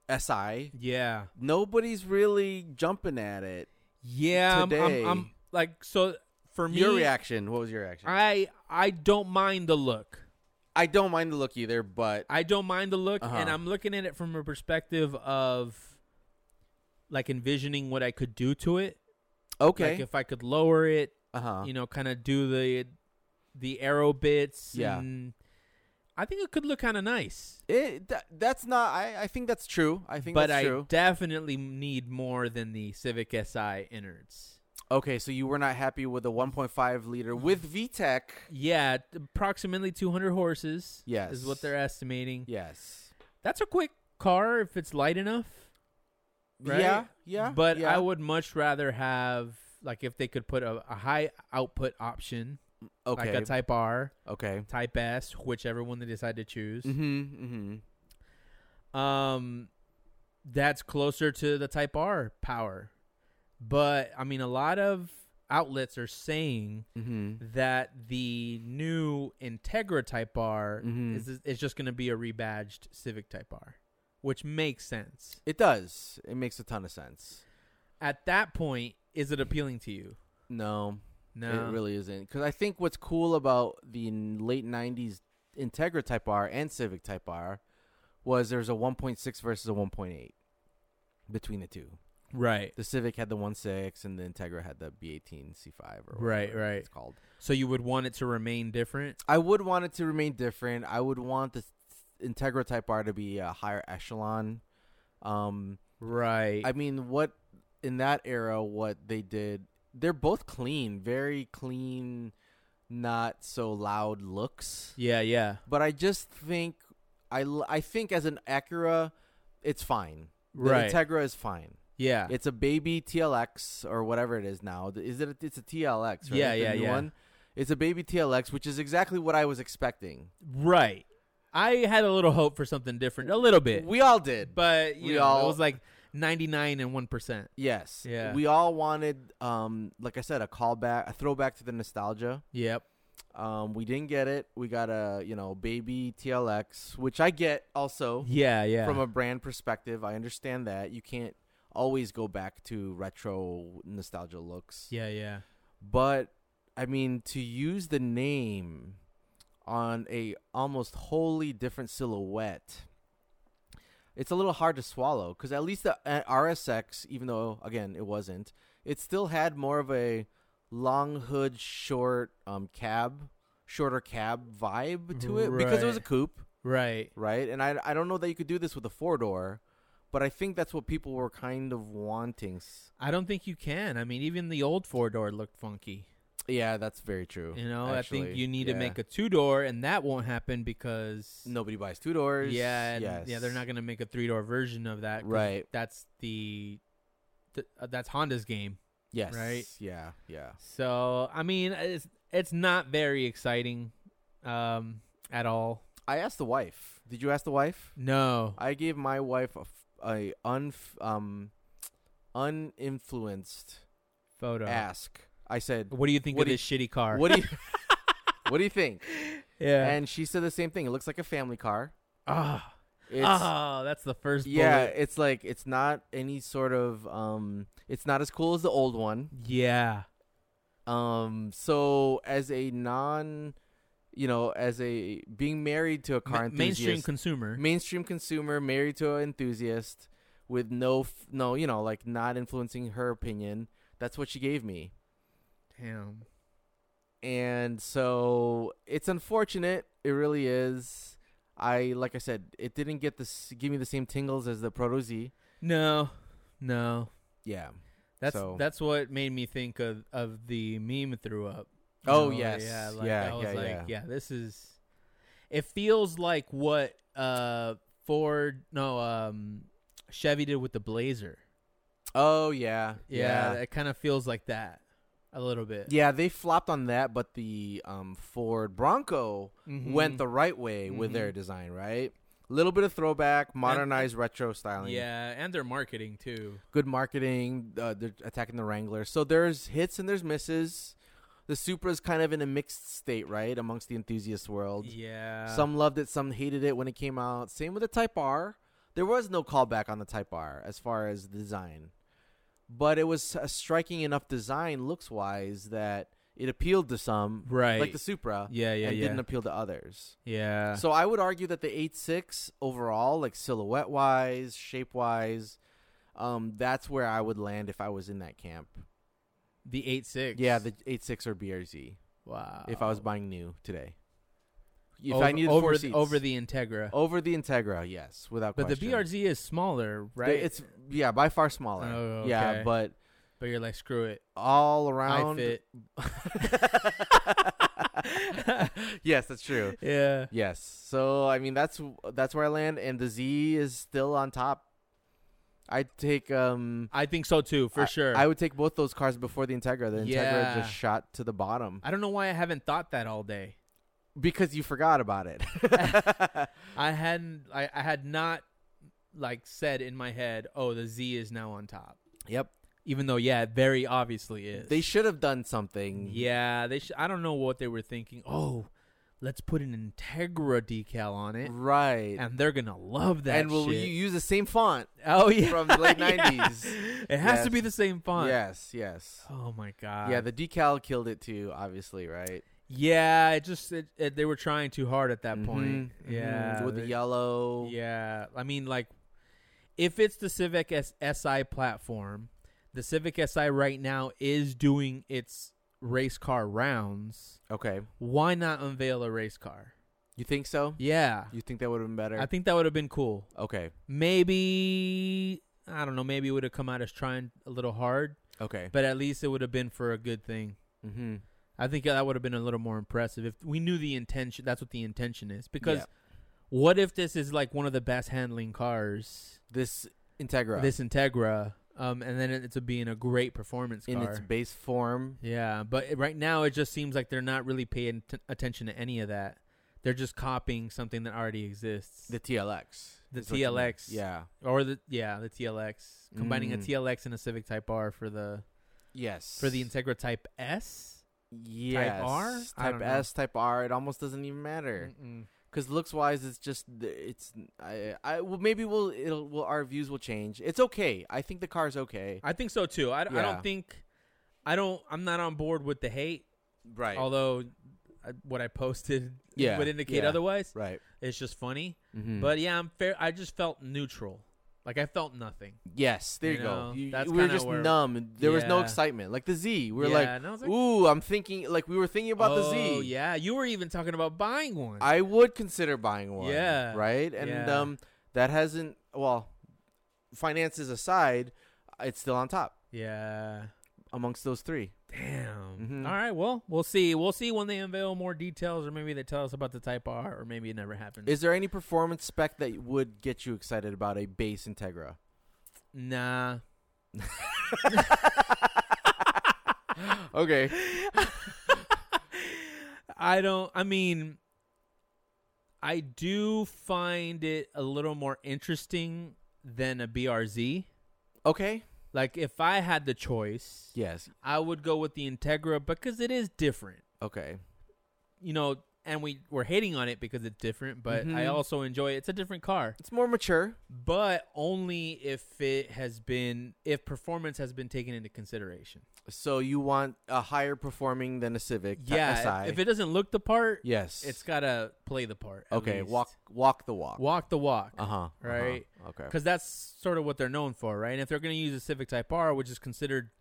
S2: SI,
S3: Yeah,
S2: nobody's really jumping at it.
S3: yeah. I'm-
S2: Today.
S3: I'm, I'm like so for me.
S2: your reaction? What was your reaction?
S3: I I don't mind the look.
S2: I don't mind the look either, but
S3: I don't mind the look, and
S2: Uh-huh.
S3: I'm looking at it from a perspective of like envisioning what I could do to it.
S2: okay.
S3: Like if I could lower it,
S2: uh huh.
S3: you know, kind of do the the arrow bits.
S2: Yeah.
S3: And I think it could look kind of nice.
S2: It that, that's not. I, I think that's true. I think
S3: but
S2: that's
S3: I
S2: true.
S3: definitely need more than the Civic Si innards.
S2: Okay, so you were not happy with the 1.5 liter with VTEC.
S3: Yeah, approximately 200 horses.
S2: Yes.
S3: is what they're estimating.
S2: Yes.
S3: That's a quick car if it's light enough. Right?
S2: Yeah. Yeah.
S3: But
S2: yeah.
S3: I would much rather have like if they could put a, a high output option,
S2: Okay.
S3: like a Type R,
S2: okay.
S3: Type S, whichever one they decide to choose.
S2: Mm-hmm. Mm-hmm.
S3: Um, that's closer to the Type R power. But I mean, a lot of outlets are saying
S2: Mm-hmm.
S3: that the new Integra Type R
S2: Mhm.
S3: is is just going to be a rebadged Civic Type R, which makes sense.
S2: It does. It makes a ton of sense.
S3: At that point, is it appealing to you?
S2: No,
S3: No,
S2: it really isn't. Because I think what's cool about the n- late '90s Integra Type R and Civic Type R was there's a 1.6 versus a 1.8 between the two.
S3: right.
S2: The Civic had the 1.6, and the Integra had the B18 C5 or
S3: Right,
S2: whatever
S3: right.
S2: It's called.
S3: So you would want it to remain different?
S2: I would want it to remain different. I would want the Integra Type R to be a higher echelon. Um,
S3: Right.
S2: I mean, what in that era, what they did, they're both clean, very clean, not so loud looks.
S3: yeah, yeah.
S2: But I just think, I l- I think as an Acura, it's fine. The
S3: Right.
S2: Integra is fine.
S3: yeah.
S2: It's a baby TLX or whatever it is now. Th- Is it? A, it's a TLX. Right?
S3: Yeah,
S2: The
S3: yeah,
S2: new
S3: yeah.
S2: One? It's a baby TLX, which is exactly what I was expecting.
S3: right. I had a little hope for something different, a little bit.
S2: We all did.
S3: but you
S2: we
S3: know, it
S2: all-
S3: was like 99 and 1%.
S2: Yes.
S3: Yeah.
S2: We all wanted, um, like I said, a callback, a throwback to the nostalgia.
S3: Yep.
S2: Um, we didn't get it. We got a you know baby TLX, which I get also
S3: Yeah, yeah.
S2: from a brand perspective. I understand that you can't always go back to retro nostalgia looks.
S3: yeah, yeah.
S2: But I mean, to use the name on a almost wholly different silhouette, it's a little hard to swallow. Because at least the uh, RSX, even though again it wasn't, it still had more of a long hood, short um, cab, shorter cab vibe to it because it was a
S3: Right.
S2: coupe
S3: Right.
S2: right? And I I don't know that you could do this with a four door, but I think that's what people were kind of wanting. S-
S3: I don't think you can. I mean, even the old four door looked funky.
S2: Yeah, that's very true.
S3: You know, I think
S2: actually.
S3: you need
S2: Yeah.
S3: to make a two door, and that won't happen because
S2: nobody buys two doors.
S3: yeah, and- yeah, they're
S2: yes.
S3: not going to make a three door version of that. 'cause
S2: Right.
S3: That's the, th- uh, that's Honda's game.
S2: Yes.
S3: right?
S2: Yeah. Yeah.
S3: So I mean, it's it's not very exciting, um, at all.
S2: I asked the wife. Did you ask the wife?
S3: No.
S2: I gave my wife a, f- a un um uninfluenced
S3: Photo.
S2: ask. I said,
S3: What do you think
S2: What
S3: of
S2: do
S3: this shitty car?
S2: "What do you What do you think?"
S3: yeah.
S2: And she said the same thing. It looks like a family car.
S3: Ah.
S2: It's
S3: Ah, that's the first.
S2: Yeah,
S3: bullet.
S2: it's like it's not any sort of um it's not as cool as the old one.
S3: Yeah.
S2: Um so as a non you know, as a being married to a car
S3: Ma-
S2: enthusiast,
S3: mainstream
S2: mainstream,
S3: consumer.
S2: consumer, married to an enthusiast with no f- no, you know, like not influencing her opinion. That's what she gave me.
S3: Damn.
S2: And so it's unfortunate, it really is. I like I said, it didn't get this give me the same tingles as the Proto Z.
S3: No. No.
S2: Yeah.
S3: That's
S2: So-
S3: that's what made me think of of the meme threw up. You
S2: Oh,
S3: know,
S2: yes.
S3: yeah, like,
S2: Yeah,
S3: I was
S2: yeah,
S3: like,
S2: yeah.
S3: This is. It feels like what uh Ford no um Chevy did with the Blazer.
S2: Oh yeah,
S3: Yeah, it kind of feels like that a little bit.
S2: yeah. They flopped on that, but the um, Ford Bronco
S3: Mm-hmm.
S2: went the right way with their design, right? Little bit of throwback, modernized retro styling.
S3: uh, yeah, and their marketing too.
S2: good marketing. Uh, they're attacking the Wrangler, so there's hits and there's misses. The Supra is kind of in a mixed state, right, amongst the enthusiast world.
S3: Yeah,
S2: Some loved it, some hated it when it came out. Same with the Type R. There was no callback on the Type R as far as the design, but it was a striking enough design, looks wise, that it appealed to some,
S3: right.
S2: like the Supra,
S3: yeah, yeah,
S2: and
S3: yeah,
S2: didn't appeal to others.
S3: yeah.
S2: So I would argue that the 8.6 overall, like silhouette wise, shape wise, um, that's where I would land if I was in that camp.
S3: the eight six.
S2: Yeah, the 8.6 or BRZ
S3: wow.
S2: if I was buying new today. If
S3: over,
S2: I needed
S3: over
S2: four
S3: the,
S2: seats.
S3: over the Integra,
S2: Over the Integra, yes, without
S3: but
S2: question.
S3: the BRZ is smaller,
S2: They-
S3: right?
S2: It's yeah, by far smaller.
S3: Oh,
S2: Yeah,
S3: okay.
S2: but
S3: but you're like screw it.
S2: all
S3: I
S2: around.
S3: fit.
S2: yes, that's true.
S3: yeah.
S2: Yes. So I mean that's that's where I land, and the Z is still on top. I'd take um
S3: I think so too, for
S2: I-
S3: sure.
S2: I would take both those cars before the Integra. The Integra
S3: Yeah.
S2: just shot to the bottom
S3: I don't know why I haven't thought that all day.
S2: because you forgot about it.
S3: I hadn't. I, I had not like said in my head, oh, the Z is now on top.
S2: yep.
S3: Even though, yeah, it very obviously is.
S2: They should have done something.
S3: Yeah, they. Sh- I don't know what they were thinking. Oh, let's put an Integra decal on it,
S2: Right.
S3: and they're gonna love that.
S2: and will
S3: shit.
S2: you use the same font?
S3: Oh yeah,
S2: from the late
S3: Yeah.
S2: 90s.
S3: It has to
S2: Yes.
S3: be the same font.
S2: Yes. Yes.
S3: Oh my god.
S2: yeah. The decal killed it too. Obviously, right.
S3: yeah. It just it, it, they were trying too hard at that
S2: Mhm,
S3: point.
S2: mhm.
S3: Yeah.
S2: With the
S3: they-
S2: yellow.
S3: Yeah, I mean, like, if it's the Civic S- Si platform, the Civic Si right now is doing its race car rounds.
S2: Okay.
S3: Why not unveil a race car?
S2: You think so?
S3: Yeah,
S2: You think that would have been better?
S3: I think that would have been cool.
S2: okay.
S3: Maybe I don't know. Maybe it would have come out as trying a little hard,
S2: Okay.
S3: but at least it would have been for a good thing.
S2: Mm-hmm.
S3: I think that would have been a little more impressive if we knew the intention. That's what the intention is. Because
S2: Yeah.
S3: what if this is like one of the best handling cars,
S2: This Integra
S3: this Integra, um, and then it's a, being a great performance
S2: in
S3: car.
S2: its base form.
S3: yeah, but it- right now it just seems like they're not really paying t- attention to any of that. They're just copying something that already exists,
S2: The TLX.
S3: The
S2: is what you mean.
S3: TLX.
S2: Yeah.
S3: or the yeah, the TLX, combining a
S2: Mm.
S3: TLX and a Civic Type R for the
S2: Yes.
S3: for the Integra Type S.
S2: Yes.
S3: R? I
S2: Type
S3: don't know. Mm.
S2: S, Type R. It almost doesn't even matter
S3: Mm-mm.
S2: because looks wise, it's just th- it's I I well maybe we'll it'll well our views will change. It's okay. I think the car's okay.
S3: I think so too. I, I
S2: Yeah.
S3: don't think I don't. I'm not on board with the hate.
S2: Right.
S3: Although I, what I posted
S2: Yeah,
S3: would indicate
S2: yeah.
S3: otherwise.
S2: right.
S3: It's just funny.
S2: Mhm.
S3: But yeah, I'm fair. I just felt neutral. Like I felt nothing.
S2: yes, there you,
S3: you know,
S2: go. You,
S3: that's
S2: we were
S3: kinda
S2: just
S3: where-
S2: numb. There was no
S3: Yeah.
S2: excitement. Like the Z, we were
S3: yeah,
S2: like,
S3: and I was like,
S2: ooh, I'm thinking. Like we were thinking about the Z.
S3: Oh, yeah, you were even talking about buying one.
S2: I would consider buying one.
S3: Yeah,
S2: Right? And
S3: yeah.
S2: um that hasn't well, finances aside, it's still on top
S3: yeah.
S2: amongst those three.
S3: Damn.
S2: Mhm.
S3: All right. Well, we'll see. We'll see when they unveil more details, or maybe they tell us about the Type R, or maybe it never happened.
S2: Is there any performance spec that would get you excited about a base Integra?
S3: nah.
S2: Okay.
S3: I don't. I mean, I do find it a little more interesting than a BRZ.
S2: Okay.
S3: Like, if I had the choice,
S2: Yes.
S3: I would go with the Integra because it is different.
S2: Okay.
S3: You know, and we we're hating on it because it's different, but I
S2: Mhm.
S3: also enjoy it. It's a different car.
S2: It's more mature.
S3: but only if it has been if performance has been taken into consideration.
S2: So you want a higher performing than a Civic. t-
S3: Yeah,
S2: SI.
S3: if, if it doesn't look the part,
S2: yes.
S3: it's gotta play the part. at
S2: Okay,
S3: least.
S2: walk walk the walk.
S3: walk the walk,
S2: Uh-huh. uh-huh,
S3: Right.
S2: Okay.
S3: because that's sort of what they're known for, right? And if they're gonna use a Civic Type R, which is considered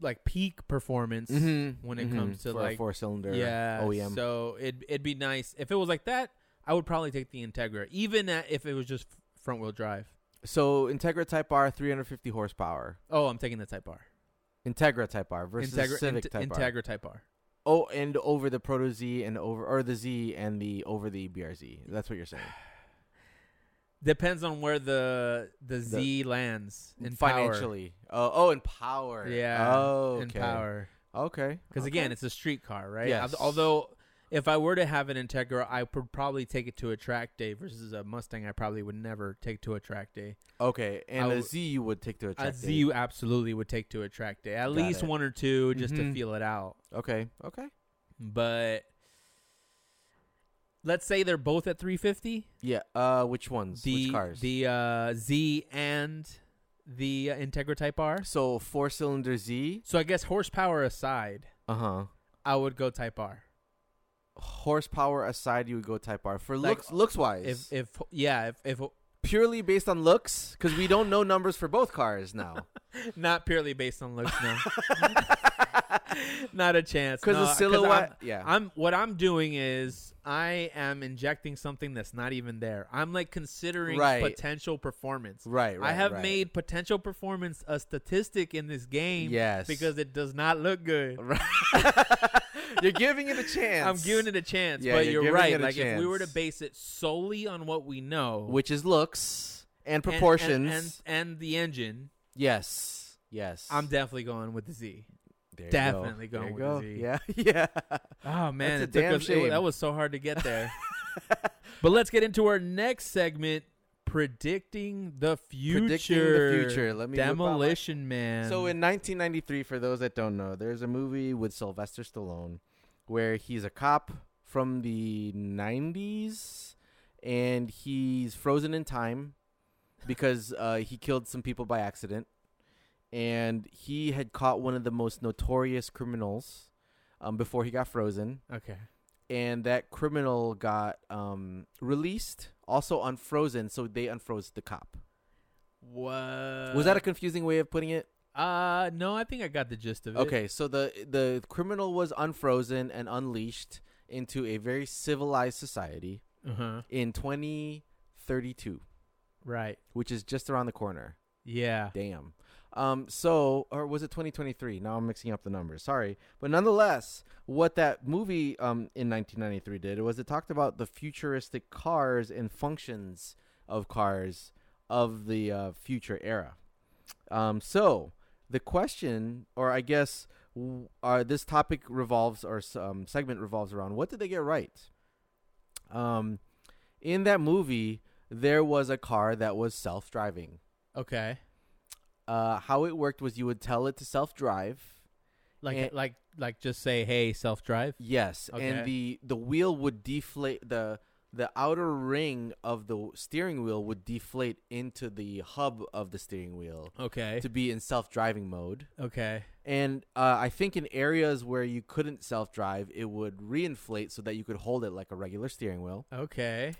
S3: like peak performance
S2: Mhm,
S3: when it
S2: mhm,
S3: comes to
S2: for a E
S3: like
S2: four cylinder
S3: yeah,
S2: OEM.
S3: so it it'd be nice if it was like that. I would probably take the Integra, even at, if it was just front wheel drive.
S2: So Integra Type R, 350 horsepower.
S3: Oh, I'm taking the Type R.
S2: Integra Type R versus
S3: Integra
S2: Civic Type
S3: Int-
S2: R.
S3: Integra Type R.
S2: Oh, and over the Proto Z and over or the Z and the over the BRZ. That's what you're saying.
S3: Depends on where the the Z lands in
S2: Financially. Oh, oh, in power.
S3: power. Yeah.
S2: Oh, okay.
S3: In power.
S2: Okay.
S3: Because
S2: okay.
S3: again, it's a street car, right?
S2: Yes.
S3: Al- Although if I were to have an Integra, I would probably take it to a track day versus a Mustang. I probably would never take to a track day.
S2: okay, and
S3: I
S2: a
S3: w-
S2: Z you would take to a
S3: A Z,
S2: track day.
S3: you absolutely would take to a track day. At
S2: Got
S3: least
S2: it.
S3: one or two just to
S2: Mhm.
S3: feel it out.
S2: Okay. Okay.
S3: But let's say they're both at 350.
S2: Yeah. Uh, which ones?
S3: The
S2: which cars?
S3: the uh, Z and the uh, Integra Type R.
S2: so four cylinder Z.
S3: So I guess horsepower aside,
S2: Uh
S3: Uh-huh.
S2: huh.
S3: I would go Type R.
S2: Horsepower aside, you would go Type R for
S3: Like,
S2: looks. Looks wise,
S3: If if yeah, if, if
S2: purely based on looks, because we don't know numbers for both cars now.
S3: not purely based on looks, no, not a chance.
S2: Because
S3: no,
S2: the silhouette.
S3: I'm-
S2: yeah.
S3: I'm, what I'm doing is I am injecting something that's not even there. I'm like considering
S2: Right.
S3: potential performance.
S2: right. Right.
S3: I have
S2: right.
S3: made potential performance a statistic in this game
S2: Yes.
S3: because it does not look good.
S2: you're giving it a chance.
S3: I'm giving it a chance,
S2: Yeah,
S3: but
S2: you're
S3: you're,
S2: giving
S3: right.
S2: it a
S3: Like if we were to
S2: chance.
S3: base it solely on what we know,
S2: which is looks and
S3: and- and-
S2: proportions.
S3: and, and the engine,
S2: yes. Yes.
S3: I'm definitely going with the Z.
S2: There you go.
S3: definitely
S2: There
S3: going
S2: you
S3: with the Z.
S2: go. Yeah. Yeah.
S3: Oh man,
S2: a
S3: it took
S2: damn
S3: us- it-
S2: shame.
S3: that was so hard to get there. but let's get into our next segment, predicting the future.
S2: Predicting the future. Let me whip out my-
S3: Demolition Man.
S2: So in 1993, for those that don't know, there's a movie with Sylvester Stallone where he's a cop from the 90s and he's frozen in time because uh, he killed some people by accident. And he had caught one of the most notorious criminals um, before he got frozen.
S3: okay,
S2: And that criminal got um, released, also unfrozen. So they unfroze the cop.
S3: what
S2: Was that a confusing way of putting it?
S3: Uh, no, I think I got the gist of it.
S2: Okay, so the the criminal was unfrozen and unleashed into a very civilized society
S3: Uh huh.
S2: in 2032,
S3: Right.
S2: which is just around the corner.
S3: Yeah.
S2: Damn. Um so or was it 2023? Now I'm mixing up the numbers. Sorry. But nonetheless, what that movie um in 1993 did was it talked about the futuristic cars and functions of cars of the uh, future era. Um, so the question, or I guess, w- are this topic revolves or s- um, segment revolves around what did they get right? Um, in that movie, there was a car that was self-driving.
S3: Okay.
S2: Uh, how it worked was you would tell it to self-drive,
S3: Like
S2: And-
S3: like like just say hey self drive.
S2: Yes,
S3: Okay.
S2: and the the wheel would deflate the the outer ring of the steering wheel would deflate into the hub of the steering wheel
S3: Okay.
S2: to be in self-driving mode.
S3: Okay.
S2: And uh, I think in areas where you couldn't self-drive, it would reinflate so that you could hold it like a regular steering wheel.
S3: Okay.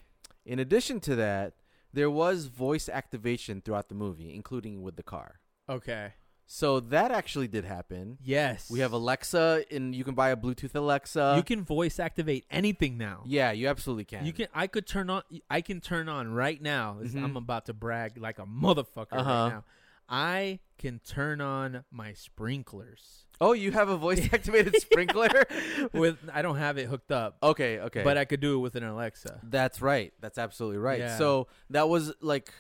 S2: In addition to that, there was voice activation throughout the movie, including with the car.
S3: Okay.
S2: So that actually did happen.
S3: Yes.
S2: We have Alexa, and you can buy a Bluetooth Alexa.
S3: You can voice activate anything now.
S2: yeah, you absolutely can.
S3: You can. I could turn on. I can turn on right now. This-
S2: Mhm.
S3: I'm about to brag like a motherfucker right
S2: Uh-huh.
S3: now. I can turn on my sprinklers.
S2: Oh, you have a voice activated sprinkler?
S3: With I don't have it hooked up,
S2: okay, okay.
S3: but I could do it with an Alexa.
S2: That's right. That's absolutely right.
S3: Yeah.
S2: So that was like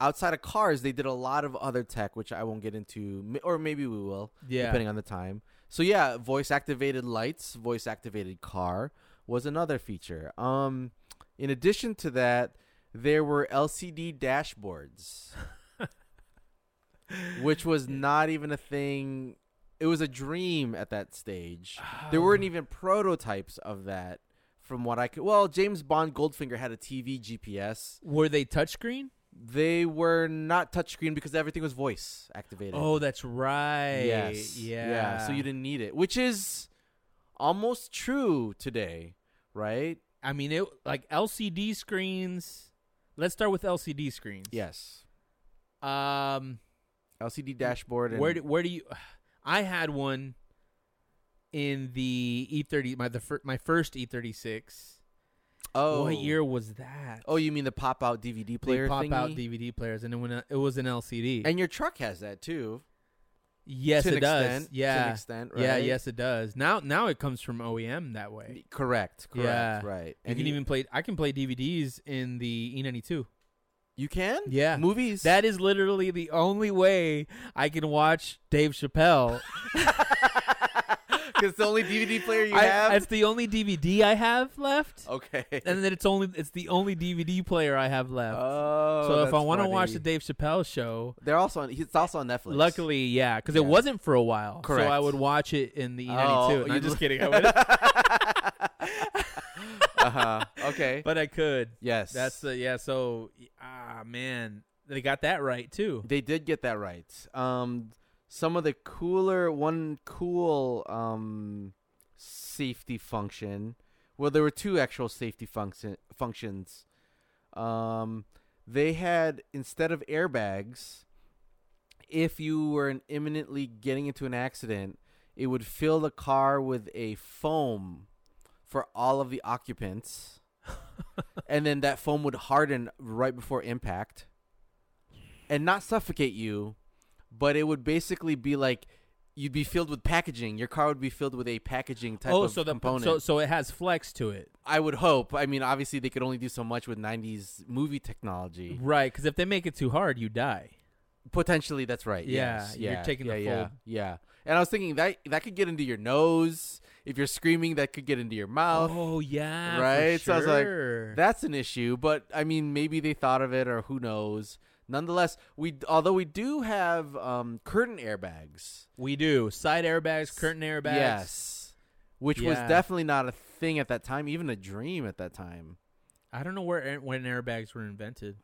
S2: outside of cars, they did a lot of other tech, which I won't get into, m- or maybe we will,
S3: Yeah.
S2: depending on the time. So yeah, voice activated lights, voice activated car was another feature. Um, in addition to that, there were LCD dashboards, which was not even a thing. It was a dream at that stage. There
S3: Ah.
S2: weren't even prototypes of that from what I could. Well, James Bond Goldfinger had a TV GPS.
S3: Were they touchscreen?
S2: They were not touchscreen because everything was voice activated.
S3: Oh, that's right.
S2: yes.
S3: Yeah.
S2: So you didn't need it, which is almost true today, right?
S3: I mean, it like LCD screens. Let's start with LCD screens.
S2: Yes.
S3: Um.
S2: LCD dashboard. And,
S3: Where do, where do you? I had one in the E thirty my the fir, my first E thirty six.
S2: oh,
S3: What year was that?
S2: Oh, you mean the pop out DVD player
S3: they pop out
S2: thingy?
S3: DVD players, and then when it was an LCD.
S2: And your truck has that too.
S3: yes,
S2: to an
S3: it does.
S2: extent- to an
S3: Yeah,
S2: extent,
S3: yeah,
S2: right?
S3: yes, it does. Now now it comes from OEM that way.
S2: Correct. Correct.
S3: Yeah.
S2: Right.
S3: You can even play. I can play DVDs in the E ninety two.
S2: you can
S3: Yeah.
S2: movies
S3: That is literally the only way I can watch Dave Chappelle.
S2: because the only DVD player you
S3: I-
S2: have. Oh,
S3: It's the only DVD I have left.
S2: Okay.
S3: and then it's only it's the only DVD player I have left.
S2: Oh,
S3: so if I
S2: want to
S3: watch the Dave Chappelle show,
S2: they're also on. It's also on Netflix.
S3: luckily, yeah, because it
S2: Yeah.
S3: wasn't for a while.
S2: Correct.
S3: So I would watch it in the E92.
S2: Oh,
S3: and I'm
S2: you-
S3: just kidding. I wouldn't,
S2: uh huh. Okay.
S3: but I could.
S2: yes,
S3: That's the yeah. So ah man, they got that right too.
S2: they did get that right. Um, some of the cooler one cool um safety function. Well, there were two actual safety function functions. Um, they had instead of airbags, if you were an imminently getting into an accident, it would fill the car with a foam for all of the occupants. and then that foam would harden right before impact and not suffocate you, but it would basically be like you'd be filled with packaging. Your car would be filled with a packaging type
S3: oh,
S2: of
S3: so the
S2: component.
S3: so so it has flex to it,
S2: I would hope. I mean, obviously they could only do so much with 90s movie technology.
S3: right? Because if they make it too hard, you die.
S2: Potentially, that's right.
S3: Yeah,
S2: yes,
S3: you're
S2: yeah,
S3: taking
S2: yeah,
S3: the
S2: yeah,
S3: fold.
S2: Yeah, and I was thinking that that could get into your nose if you're screaming. That could get into your mouth.
S3: oh yeah, for
S2: right? So I was like,
S3: sure.
S2: That's an issue, but I mean, maybe they thought of it, or who knows. Nonetheless, we although we do have um, curtain airbags.
S3: we do side airbags, curtain airbags.
S2: Yes, which was
S3: Yeah.
S2: definitely not a thing at that time, even a dream at that time.
S3: I don't know where air- when airbags were invented.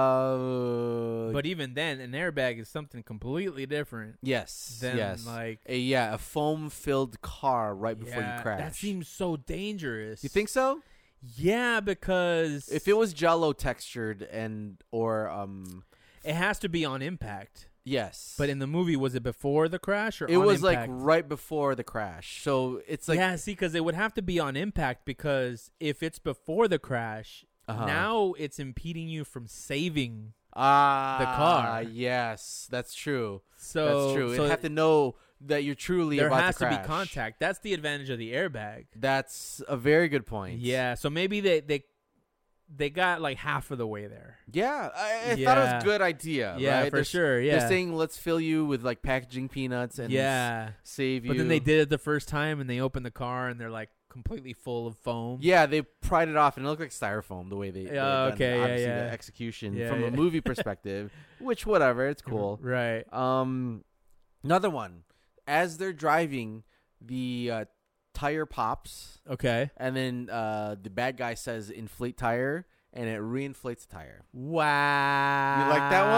S2: Uh,
S3: But even then, an airbag is something completely different
S2: yes,
S3: than
S2: yes,
S3: like
S2: a, yeah, a foam-filled car right before
S3: Yeah,
S2: you crash.
S3: That seems so dangerous.
S2: you think so?
S3: Yeah, because
S2: If it was jello textured and or um
S3: it has to be on impact.
S2: yes.
S3: But in the movie, was it before the crash or
S2: it
S3: on
S2: was like
S3: impact?
S2: right before the crash. So it's like
S3: yeah, see, because it would have to be on impact because if it's before the crash,
S2: Uh-huh.
S3: now it's impeding you from saving.
S2: ah
S3: car.
S2: Yes, that's true.
S3: So
S2: that's true.
S3: So
S2: you have to know that you're truly
S3: there
S2: about
S3: has
S2: to,
S3: to be
S2: crash.
S3: contact. That's the advantage of the airbag.
S2: That's a very good point.
S3: Yeah, so maybe they they they got like half of the way there.
S2: Yeah, I, I thought it
S3: Yeah.
S2: was a good idea.
S3: Yeah,
S2: right?
S3: for
S2: They're-
S3: sure.
S2: They're
S3: Yeah,
S2: saying let's fill you with like packaging peanuts and s-
S3: yeah.
S2: save you.
S3: But then they did it the first time, and they opened the car, and they're like completely full of foam.
S2: Yeah, they pried it off, and it looked like styrofoam the way they. they
S3: Yeah,
S2: had done it.
S3: Oh, okay, yeah,
S2: Obviously,
S3: yeah.
S2: The execution
S3: Yeah,
S2: from
S3: yeah.
S2: a movie perspective, which whatever, it's cool.
S3: Right.
S2: Um, another one, as they're driving, the uh, tire pops,
S3: Okay.
S2: and then uh, the bad guy says "inflate tire," and it reinflates the tire.
S3: Wow.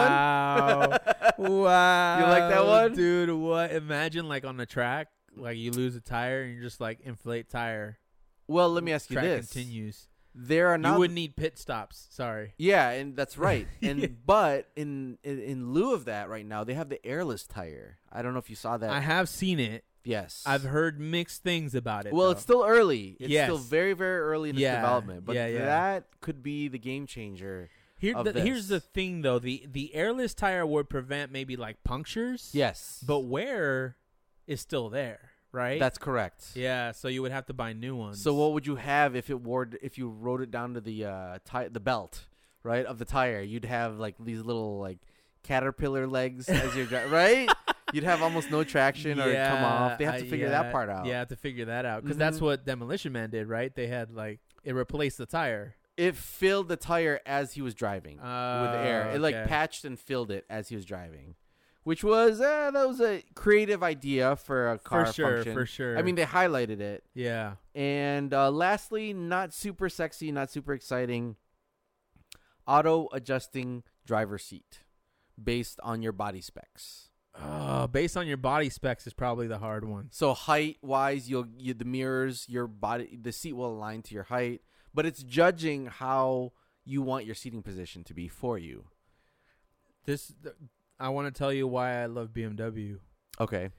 S3: Oh.
S2: that
S3: one? wow.
S2: You like that one?
S3: Dude, what? Imagine like on the track, like you lose a tire and you're just like inflate tire.
S2: Well, let me ask you
S3: track
S2: this:
S3: continues.
S2: there are
S3: you
S2: not
S3: would need pit stops. Sorry.
S2: Yeah, and that's right. And but in, in in lieu of that, right now they have the airless tire. I don't know if you saw that.
S3: I have seen it.
S2: yes,
S3: I've heard mixed things about it.
S2: Well,
S3: though.
S2: it's still early. It's still
S3: Yes.
S2: very very early in
S3: Yeah,
S2: its development. But
S3: yeah, yeah.
S2: that could be the game changer.
S3: Here,
S2: of
S3: the, here's the
S2: this.
S3: thing though the the airless tire would prevent maybe like punctures.
S2: Yes,
S3: But wear is still there, right?
S2: that's correct.
S3: yeah. So you would have to buy new ones.
S2: So what would you have if it wore if you rode it down to the uh ti- the belt right of the tire? You'd have like these little like caterpillar legs as you're dri- right. You'd have almost no traction or it'd come off. They have
S3: I-
S2: to figure
S3: yeah,
S2: that part out.
S3: Yeah, have to figure that out because that's
S2: Mhm.
S3: what Demolition Man did, right? They had like it replaced the tire.
S2: it filled the tire as he was driving with air.
S3: Oh,
S2: It like
S3: okay.
S2: patched and filled it as he was driving, which was uh, that was a creative idea for a car
S3: for sure,
S2: function.
S3: for sure.
S2: I mean, they highlighted it.
S3: yeah,
S2: And uh, lastly, not super sexy, not super exciting. Auto adjusting driver seat based on your body specs.
S3: oh, based on your body specs is probably the hard one.
S2: So height wise, you'll you, the mirrors, your body, the seat will align to your height, but it's judging how you want your seating position to be for you.
S3: This, th- I want to tell you why I love BMW.
S2: Okay.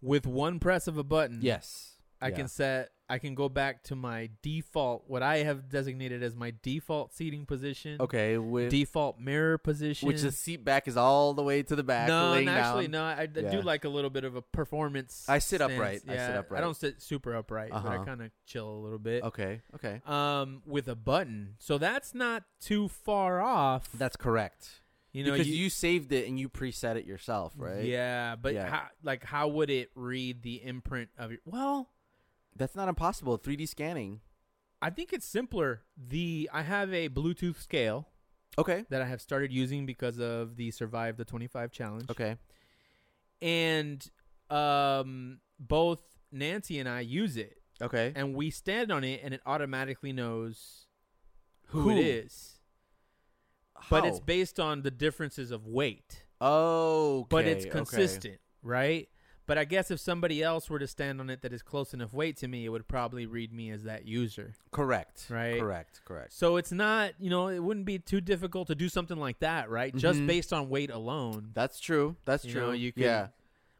S3: With one press of a button,
S2: Yes.
S3: I
S2: Yeah.
S3: can set. I can go back to my default, what I have designated as my default seating position,
S2: Okay. With,
S3: default mirror position,
S2: which the seat back is all the way to the back.
S3: no,
S2: laying
S3: and actually,
S2: down.
S3: no. I, I
S2: Yeah.
S3: do like a little bit of a performance.
S2: I sit
S3: stance.
S2: upright. I sit upright.
S3: I don't sit super upright, but I
S2: Uh-huh.
S3: kind of chill a little bit.
S2: Okay. Okay.
S3: Um, with a button, so that's not too far off.
S2: That's correct.
S3: you know,
S2: because you, saved it and you preset it yourself, right?
S3: Yeah, but
S2: Yeah.
S3: How, like, how would it read the imprint of your? Well,
S2: That's not impossible. 3D scanning.
S3: I think it's simpler. The I have a Bluetooth scale
S2: Okay.
S3: that I have started using because of the Survive the 25 challenge.
S2: Okay.
S3: and um, both Nancy and I use it.
S2: Okay.
S3: and we stand on it and it automatically knows who, it
S2: Who?
S3: is but it's
S2: How?
S3: based on the differences of weight
S2: oh,
S3: but it's
S2: okay, okay.
S3: consistent right but i guess if somebody else were to stand on it that is close enough weight to me it would probably read me as that user
S2: Correct.
S3: Right?
S2: Correct. Correct.
S3: so it's not you know it wouldn't be too difficult to do something like that right just
S2: Mhm.
S3: based on weight alone
S2: That's true. That's
S3: You
S2: true.
S3: know, you can-
S2: yeah.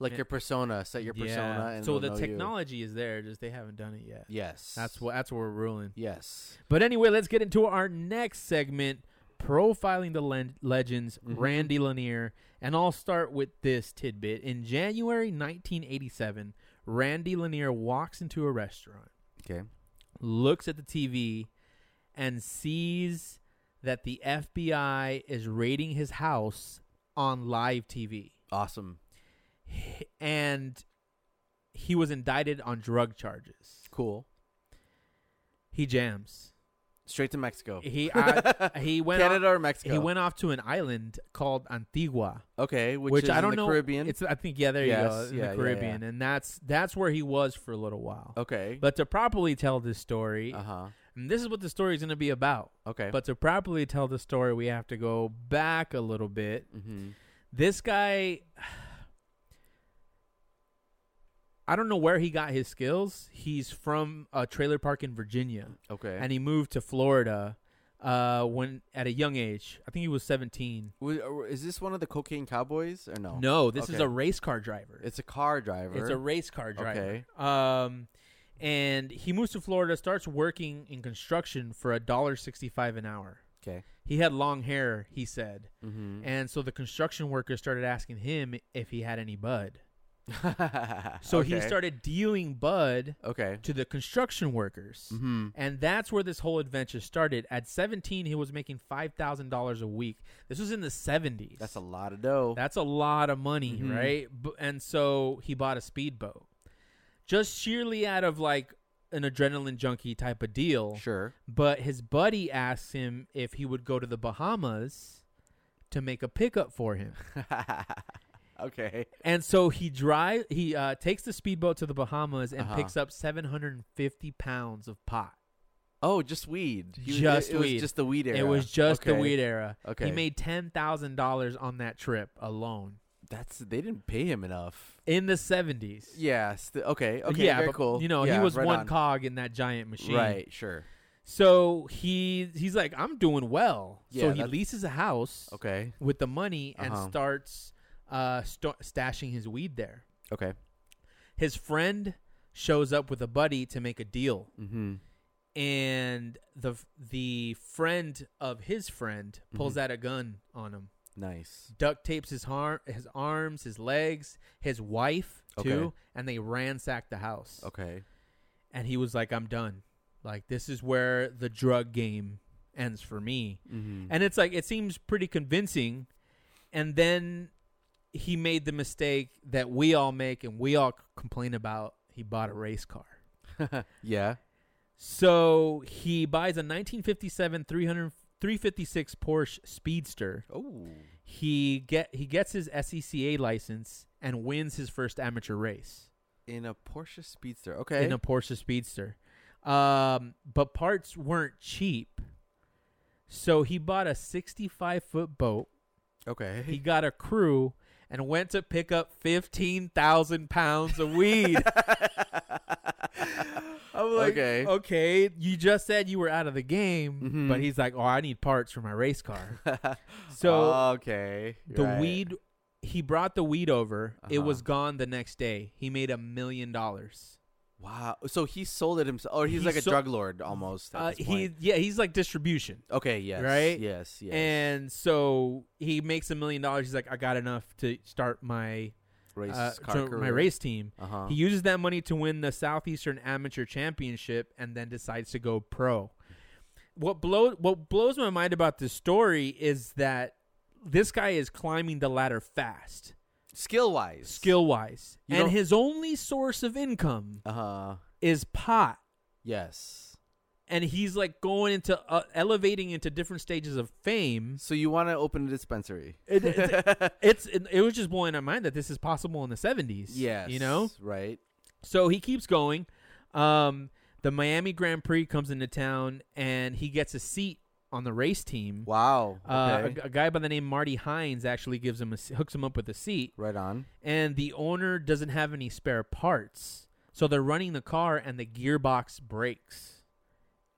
S2: Like
S3: Yeah.
S2: your persona, set your persona,
S3: Yeah.
S2: and
S3: so
S2: they'll
S3: the
S2: know you.
S3: technology is there just they haven't done it yet
S2: Yes.
S3: that's what that's what we're ruling
S2: Yes.
S3: But anyway, let's get into our next segment, profiling the len- legends,
S2: Mhm.
S3: Randy Lanier. And I'll start with this tidbit. In January 1987, Randy Lanier walks into a restaurant,
S2: Okay.
S3: looks at the TV, and sees that the FBI is raiding his house on live TV.
S2: Awesome.
S3: And he was indicted on drug charges.
S2: Cool.
S3: He jams.
S2: Straight to Mexico.
S3: He I, he went off-
S2: Canada or Mexico?
S3: He went off to an island called Antigua,
S2: Okay, which,
S3: which,
S2: is
S3: I
S2: in
S3: don't
S2: the
S3: know.
S2: Caribbean.
S3: It's I think yeah, there you go,
S2: Yes,
S3: in
S2: yeah, yeah, Oh.
S3: the Caribbean, and that's that's where he was for a little while.
S2: okay.
S3: But to properly tell this story,
S2: Uh huh.
S3: and this is what the story is going to be about.
S2: Okay.
S3: But to properly tell the story, we have to go back a little bit.
S2: hmm
S3: This guy, I don't know where he got his skills. He's from a trailer park in Virginia
S2: Okay.
S3: and he moved to Florida uh, when at a young age. I think he was 17.
S2: Wa- or- uh, Is this one of the cocaine cowboys or no?
S3: No, this
S2: Oh.
S3: is
S2: Okay.
S3: a race car driver.
S2: It's a car driver.
S3: It's a race car driver.
S2: Okay.
S3: Um, and he moves to Florida, starts working in construction for a dollar sixty-five an hour.
S2: okay.
S3: He had long hair, he said,
S2: Mm-hmm.
S3: and so the construction workers started asking him if he had any bud. So he started dealing bud
S2: Okay.
S3: to the construction workers.
S2: Mm-hmm.
S3: And that's where this whole adventure started. At 17, he was making $5,000 a week. This was in the 70s.
S2: That's a lot of dough.
S3: That's a lot of money,
S2: Mhm.
S3: right? B- and so he bought a speedboat. Just sheerly out of like an adrenaline junkie type of deal.
S2: sure.
S3: But his buddy asked him if he would go to the Bahamas to make a pickup for him.
S2: okay.
S3: And so he drive he uh, takes the speedboat to the Bahamas and
S2: Uh-huh.
S3: picks up 750 pounds of pot.
S2: Oh, just weed. was-
S3: Just
S2: it, it was
S3: weed.
S2: just the weed era.
S3: It was just the
S2: Okay.
S3: weed era.
S2: Okay.
S3: He made ten thousand dollars on that trip alone
S2: That's they didn't pay him enough.
S3: in the seventies.
S2: Yeah. St- okay. Okay.
S3: yeah,
S2: very
S3: but,
S2: cool.
S3: You know,
S2: Yeah,
S3: he was
S2: right
S3: one
S2: on.
S3: cog in that giant machine.
S2: Right. Sure.
S3: So he he's like, I'm doing well.
S2: Yeah,
S3: so he
S2: that's-
S3: leases a house
S2: Okay.
S3: with the money and
S2: Uh-huh.
S3: starts uh, sto- stashing his weed there.
S2: Okay.
S3: His friend shows up with a buddy to make a deal,
S2: Mm-hmm.
S3: and the the friend of his friend pulls
S2: Mm-hmm.
S3: out a gun on him.
S2: Nice.
S3: duct tapes his arm, his arms, his legs, his wife
S2: Okay.
S3: too, and they ransacked the house.
S2: Okay.
S3: And he was like, "I'm done. Like this is where the drug game ends for me."
S2: Mm-hmm.
S3: And it's like it seems pretty convincing, and then he made the mistake that we all make and we all c- complain about. He bought a race car.
S2: Mm-hmm. yeah.
S3: So he buys a 1957 300, 356 Porsche Speedster.
S2: Oh.
S3: he get he gets his SECA license and wins his first amateur race
S2: In a Porsche Speedster. Okay.
S3: in a Porsche Speedster. Um, but parts weren't cheap, so he bought a 65 foot boat.
S2: okay.
S3: He got a crew and went to pick up 15,000 pounds of weed. I'm like,
S2: Okay.
S3: okay, you just said you were out of the game,
S2: Mhm.
S3: but he's like, oh, I need parts for my race car. So
S2: okay.
S3: the
S2: right.
S3: weed he brought the weed over it
S2: Uh-huh.
S3: was gone the next day he made a million dollars
S2: Wow. So he sold it himself. Or he's
S3: He
S2: like a
S3: so-
S2: drug lord almost. At
S3: uh,
S2: this
S3: he
S2: point.
S3: yeah he's like distribution
S2: Okay. Yes.
S3: Right?
S2: Yes. Yes.
S3: and so he makes a million dollars he's like i got enough to start my
S2: race
S3: uh,
S2: car
S3: to my
S2: career.
S3: race team
S2: Uh-huh.
S3: he uses that money to win the southeastern amateur championship and then decides to go pro what blow what blows my mind about this story is that this guy is climbing the ladder fast
S2: skill wise.
S3: skill wise
S2: You
S3: and
S2: don't-
S3: his only source of income
S2: Uh huh.
S3: is pot
S2: Yes.
S3: and he's like going into uh, elevating into different stages of fame
S2: So you want to open a dispensary?
S3: It- it's- it's it, it was just blowing my mind that this is possible in the 70s
S2: yes.
S3: you know
S2: Right.
S3: so he keeps going um the miami grand prix comes into town and he gets a seat on the race team
S2: Wow.
S3: uh, a
S2: okay.
S3: g- a, guy by the name marty hines actually gives him a, s- hooks him up with a seat
S2: right on.
S3: and the owner doesn't have any spare parts. So they're running the car and the gearbox breaks.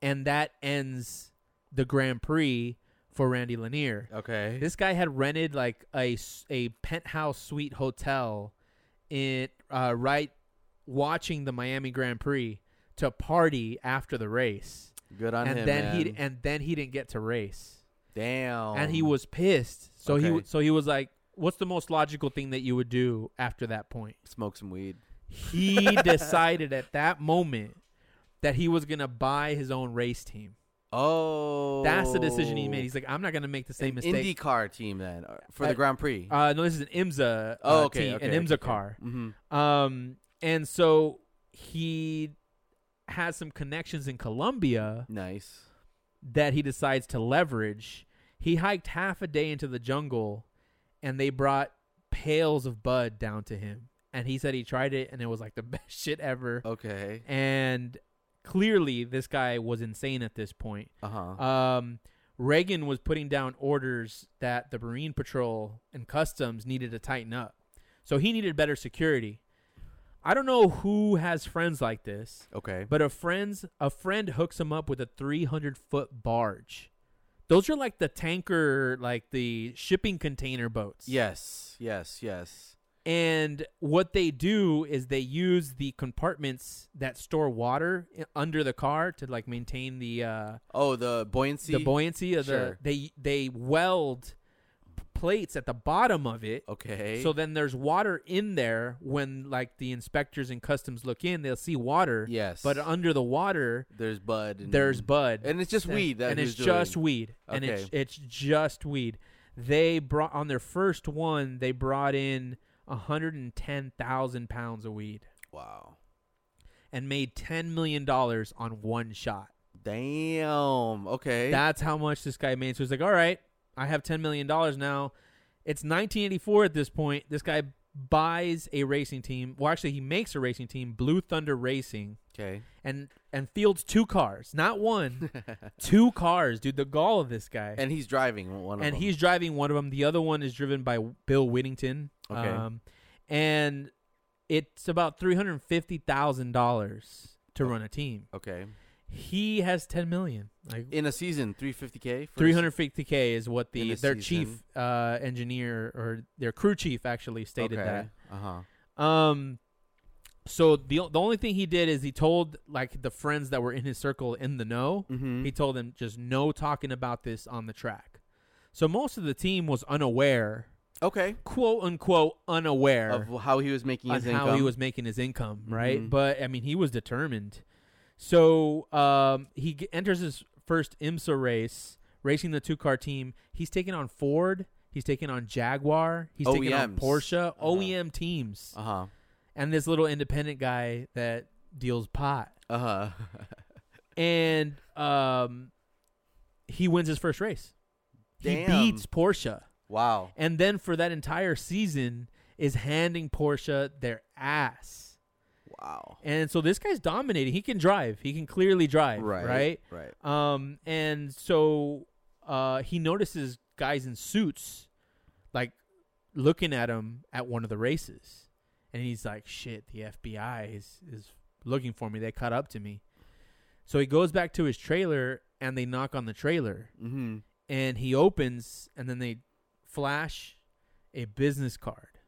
S3: And that ends the Grand Prix for Randy Lanier.
S2: Okay.
S3: This guy had rented like a, s- a penthouse suite hotel in uh, right watching the Miami Grand Prix to party after the race.
S2: Good on
S3: and
S2: him.
S3: then he
S2: man.
S3: and then he didn't get to race
S2: damn.
S3: and he was pissed. So he
S2: Okay.
S3: w- so he was like, "What's the most logical thing that you would do after that point?"
S2: smoke some weed.
S3: He decided at that moment that he was gonna buy his own race team.
S2: Oh.
S3: That's the decision he made. He's like, "I'm not gonna make the same
S2: an
S3: mistake."
S2: IndyCar team then uh, for
S3: Uh,
S2: the Grand Prix.
S3: uh, no, this is an IMSA. Uh,
S2: Oh, okay,
S3: team,
S2: okay,
S3: an
S2: okay,
S3: IMSA
S2: okay.
S3: car.
S2: mm-hmm.
S3: Um, and so he has some connections in Colombia
S2: Nice.
S3: that he decides to leverage. He hiked half a day into the jungle and they brought pails of bud down to him. And he said he tried it and it was like the best shit ever.
S2: Okay.
S3: And clearly, this guy was insane at this point.
S2: Uh huh.
S3: Um, Reagan was putting down orders that the Marine Patrol and Customs needed to tighten up. So he needed better security. I don't know who has friends like this.
S2: Okay.
S3: But a friend's a friend hooks him up with a 300 foot barge. Those are like the tanker, like the shipping container boats.
S2: Yes. Yes. Yes.
S3: And what they do is they use the compartments that store water i- under the car to like maintain the uh,
S2: Oh, the buoyancy.
S3: the buoyancy of
S2: Sure.
S3: the. They they weld p- plates at the bottom of it.
S2: Okay.
S3: So then there's water in there when like the inspectors and customs look in, they'll see water.
S2: yes.
S3: But under the water,
S2: there's bud. And,
S3: there's bud
S2: and it's just weed. That
S3: and
S2: he
S3: it's
S2: was
S3: just
S2: doing.
S3: weed and it's it's just weed they brought on their first one they brought in 110,000 pounds of weed
S2: Wow.
S3: and made 10 million dollars on one shot
S2: Damn. Okay.
S3: that's how much this guy made so he's like all right i have 10 million dollars now It's 1984 at this point. This guy buys a racing team. Well, actually, he makes a racing team, Blue Thunder Racing,
S2: Okay.
S3: and and fields two cars, not one, two cars, dude. The gall of this guy.
S2: And he's driving one of
S3: and
S2: them.
S3: he's driving one of them. The other one is driven by Bill Whittington.
S2: Okay.
S3: Um, and it's about three hundred fifty thousand dollars
S2: Oh.
S3: to run a team.
S2: okay.
S3: He has ten million. Like
S2: In a season, 350k. for a
S3: three hundred fifty k is what
S2: In
S3: the
S2: a
S3: their
S2: season.
S3: chief uh, engineer or their crew chief actually
S2: se-
S3: stated
S2: okay. Uh-huh.
S3: that. Um, so the the only thing he did is he told like the friends that were in his circle in the know.
S2: Mm-hmm.
S3: He told them just no talking about this on the track. So most of the team was unaware
S2: okay.
S3: quote unquote unaware
S2: Of how he was making
S3: on
S2: his
S3: how
S2: income.
S3: he was making his income, right?
S2: Mhm.
S3: But I mean, he was determined. So um, he g- enters his first IMSA race, racing the two car team. He's taking on Ford. He's taking on Jaguar. He's taking on
S2: OEMs.
S3: Porsche,
S2: E Uh-huh.
S3: OEM teams,
S2: Uh-huh.
S3: and this little independent guy that deals pot.
S2: Uh-huh.
S3: And um, he wins his first race. He
S2: Damn.
S3: beats Porsche.
S2: wow.
S3: and then for that entire season is handing Porsche their ass.
S2: Wow.
S3: And so this guy's dominating. He can drive. He can clearly drive, right?
S2: Right. Right.
S3: Um, and so uh, he notices guys in suits, like looking at him at one of the races, and he's like, "Shit, the FBI is is looking for me. They caught up to me." So he goes back to his trailer, and they knock on the trailer,
S2: Mm-hmm.
S3: and he opens and then they flash a business card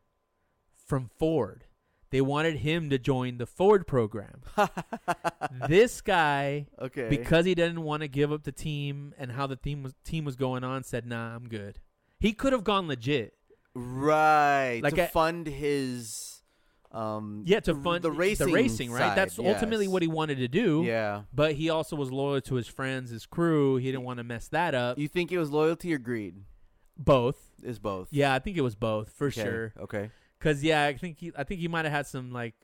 S3: from Ford. They wanted him to join the Ford program. this guy
S2: Okay.
S3: because he didn't want to give up the team and how the team was team was going on said, "Nah, I'm good." He could have gone legit.
S2: right.
S3: Like
S2: to
S3: I-
S2: fund his um
S3: Yeah, to
S2: the-
S3: fund
S2: the racing
S3: right?
S2: side,
S3: That's ultimately
S2: yes.
S3: what he wanted to do.
S2: Yeah.
S3: But he also was loyal to his friends, his crew. He didn't want to mess that up.
S2: You think it was loyalty or greed?
S3: Both.
S2: Is both.
S3: Yeah, I think it was both for
S2: Okay.
S3: sure.
S2: Okay.
S3: Cause yeah, I think he, I think he might have had some like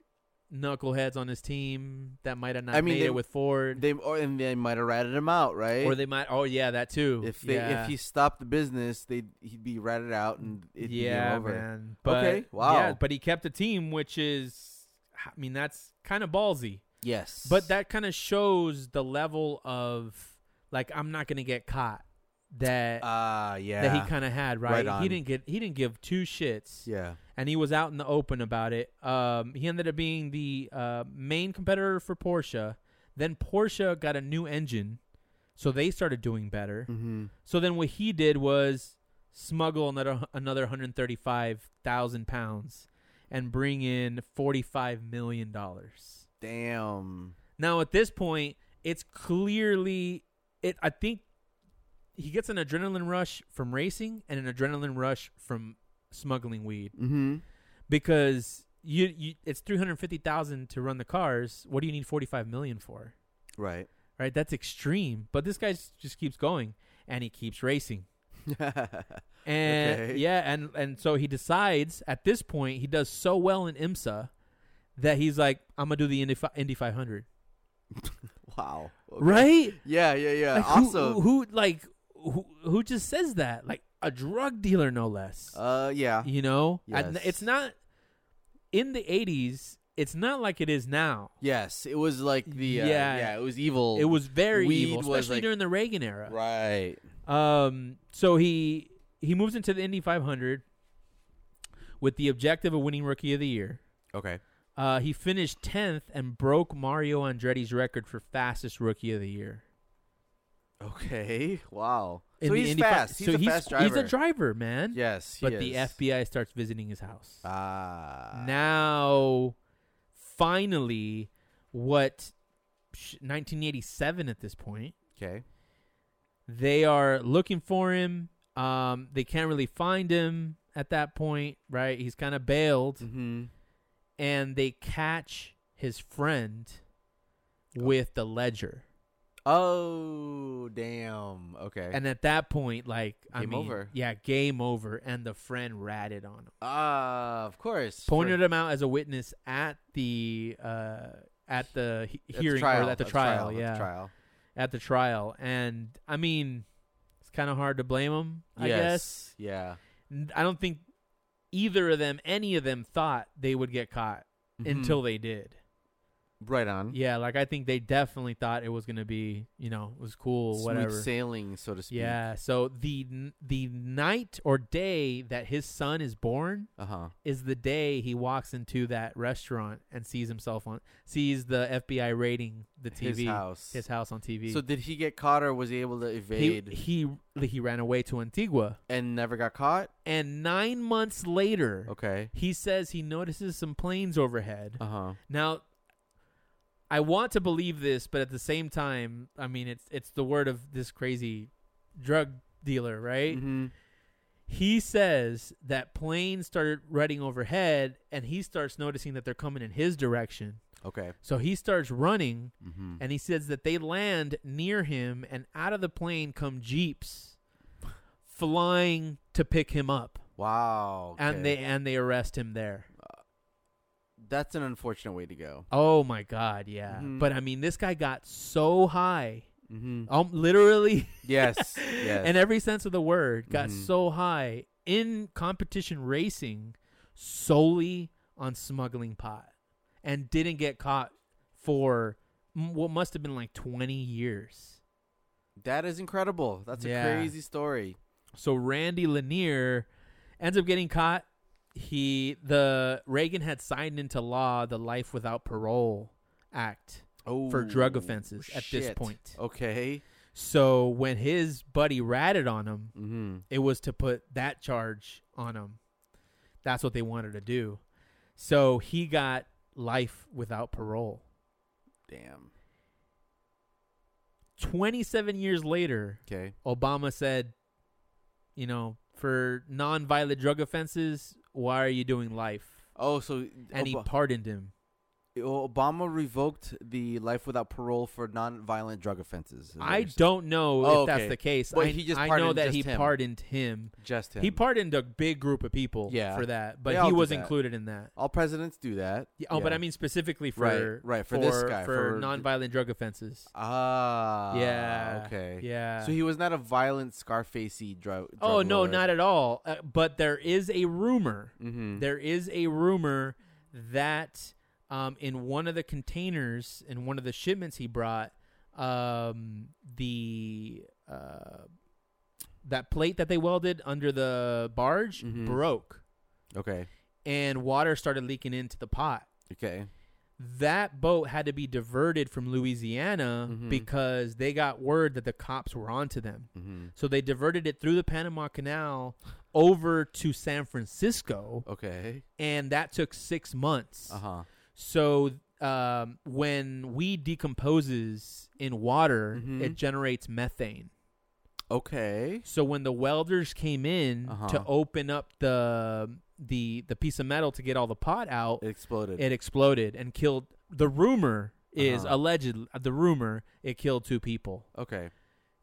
S3: knuckleheads on his team that might have not
S2: I mean,
S3: made
S2: they-
S3: it with Ford,
S2: They or and they might have ratted him out, right?
S3: or they might. Oh yeah, that too.
S2: if they
S3: yeah.
S2: if he stopped the business, they would he'd be ratted out and it'd be
S3: yeah,
S2: game over.
S3: man. But,
S2: Okay,
S3: Yeah,
S2: wow.
S3: but he kept a team, which is, I mean, that's kind of ballsy.
S2: Yes.
S3: But that kind of shows the level of like I'm not gonna get caught. That
S2: ah yeah.
S3: that he kind of had
S2: Right
S3: right.
S2: on.
S3: he didn't get. He didn't give two shits.
S2: yeah.
S3: and he was out in the open about it. Um, he ended up being the uh, main competitor for Porsche. Then Porsche got a new engine, so they started doing better.
S2: Mm-hmm.
S3: So then what he did was smuggle another another 135,000 pounds and bring in 45 million dollars.
S2: Damn.
S3: Now at this point, it's clearly it. I think he gets an adrenaline rush from racing and an adrenaline rush from smuggling weed
S2: Mm-hmm.
S3: because you, you it's 350,000 to run the cars. What do you need 45 million for?
S2: Right.
S3: Right? That's extreme. But this guy s- just keeps going and he keeps racing. And
S2: Okay.
S3: yeah, and and so he decides at this point he does so well in IMSA that he's like I'm going to do the Indy, fi- Indy 500.
S2: wow. Okay.
S3: Right?
S2: Yeah. Yeah. Yeah.
S3: Like, who-
S2: also.
S3: who, like who who just says that? Like a drug dealer no less.
S2: uh. Yeah.
S3: you know? And
S2: yes.
S3: it's not in the 80s, it's not like it is now.
S2: Yes. It was like the. Uh,
S3: Yeah.
S2: yeah. It was evil.
S3: It was very
S2: Weed
S3: evil,
S2: was,
S3: especially
S2: like-
S3: during the Reagan era.
S2: Right.
S3: Um, so he he moves into the Indy 500 with the objective of winning Rookie of the Year.
S2: Okay.
S3: Uh, he finished tenth and broke Mario Andretti's record for fastest Rookie of the Year.
S2: Okay. Wow.
S3: in
S2: so
S3: the
S2: he's
S3: Indy fi-
S2: fast. He's
S3: so
S2: a fast driver.
S3: he's a driver, man.
S2: Yes. He
S3: but
S2: is.
S3: the FBI starts visiting his house.
S2: Ah.
S3: now, finally, what? sh- 1987 at this point.
S2: Okay.
S3: they are looking for him. Um, they can't really find him at that point, right? He's kind of bailed,
S2: Mm-hmm.
S3: and they catch his friend with the ledger.
S2: Oh damn. Okay.
S3: And at that point, like I
S2: Game
S3: mean,
S2: over.
S3: yeah, game over. And the friend ratted on him,
S2: Ah, of course.
S3: pointed
S2: For-
S3: him out as a witness at the uh, at the he-
S2: at the
S3: hearing
S2: trial,
S3: or at the
S2: at
S3: trial,
S2: at the
S3: yeah,
S2: trial.
S3: at the trial. And I mean, it's kind of hard to blame him, I guess.
S2: Yeah.
S3: n- I don't think either of them, any of them, thought they would get caught
S2: Mm-hmm.
S3: until they did.
S2: right on.
S3: Yeah, like I think they definitely thought it was gonna be, you know, it was cool,
S2: Smooth
S3: whatever.
S2: sailing, so to speak.
S3: Yeah. So the n- the night or day that his son is born
S2: Uh huh.
S3: is the day he walks into that restaurant and sees himself on sees the FBI raiding the TV
S2: His house.
S3: his house on TV.
S2: So did he get caught or was he able to
S3: he,
S2: evade
S3: he he ran away to Antigua,
S2: and never got caught?
S3: and nine months
S2: Oh,
S3: later,
S2: Okay.
S3: he says he notices some planes overhead.
S2: Uh huh.
S3: Now, I want to believe this, but at the same time, I mean, it's it's the word of this crazy drug dealer, right?
S2: Mm-hmm.
S3: He says that planes started running overhead, and he starts noticing that they're coming in his direction.
S2: Okay.
S3: So he starts running,
S2: Mm-hmm.
S3: and he says that they land near him, and out of the plane come jeeps flying to pick him up,
S2: Wow. okay.
S3: and they and they arrest him there.
S2: that's an unfortunate way to go.
S3: Oh my god, yeah.
S2: Mhm.
S3: But I mean, this guy got so high,
S2: Mm-hmm.
S3: um, literally,
S2: Yes. yes.
S3: in every sense of the word, got
S2: Mhm.
S3: so high in competition racing solely on smuggling pot, and didn't get caught for m- what must have been like twenty years.
S2: that is incredible. That's
S3: Yeah.
S2: a crazy story.
S3: So Randy Lanier ends up getting caught. He the Reagan had signed into law the Life Without Parole Act.
S2: Oh,
S3: for drug offenses at this
S2: shit.
S3: point.
S2: Okay.
S3: So when his buddy ratted on him,
S2: Mm-hmm.
S3: it was to put that charge on him. That's what they wanted to do. So he got life without parole.
S2: Damn.
S3: 27 years later,
S2: Okay.
S3: Obama said, you know, for non-violent drug offenses, why are you doing life?
S2: Oh, so
S3: And he
S2: Ob-
S3: pardoned him.
S2: Obama revoked the life without parole for non-violent drug offenses. is what
S3: I
S2: you're saying.
S3: don't know
S2: Oh,
S3: if that's
S2: okay.
S3: the case.
S2: But
S3: I,
S2: he just
S3: I know
S2: pardoned
S3: that
S2: just
S3: he
S2: him.
S3: pardoned him.
S2: just him.
S3: He pardoned a big group of people
S2: Yeah.
S3: for that,
S2: They
S3: but
S2: all
S3: he
S2: do
S3: was
S2: that.
S3: included in that.
S2: All presidents do that.
S3: Yeah, Oh, but
S2: Yeah.
S3: I mean specifically for
S2: Right, right, for this guy,
S3: for,
S2: for-
S3: nonviolent drug offenses.
S2: Ah.
S3: yeah.
S2: Okay.
S3: Yeah.
S2: So he was not a violent Scarfacey drug.
S3: oh no, not at all. Uh, but there is a rumor.
S2: Mm-hmm.
S3: There is a rumor that um, in one of the containers, in one of the shipments he brought, um, the uh, that plate that they welded under the barge
S2: Mhm.
S3: broke,
S2: Okay.
S3: and water started leaking into the pot.
S2: Okay.
S3: that boat had to be diverted from Louisiana
S2: Mhm.
S3: because they got word that the cops were onto them.
S2: Mm-hmm.
S3: So they diverted it through the Panama Canal over to San Francisco,
S2: Okay.
S3: and that took six months.
S2: Uh huh.
S3: So um, when weed decomposes in water,
S2: Mhm.
S3: it generates methane.
S2: Okay.
S3: So when the welders came in
S2: Uh-huh.
S3: to open up the the the piece of metal to get all the pot out,
S2: It exploded.
S3: it exploded and killed the rumor is
S2: Uh-huh.
S3: alleged the rumor it killed two people
S2: okay.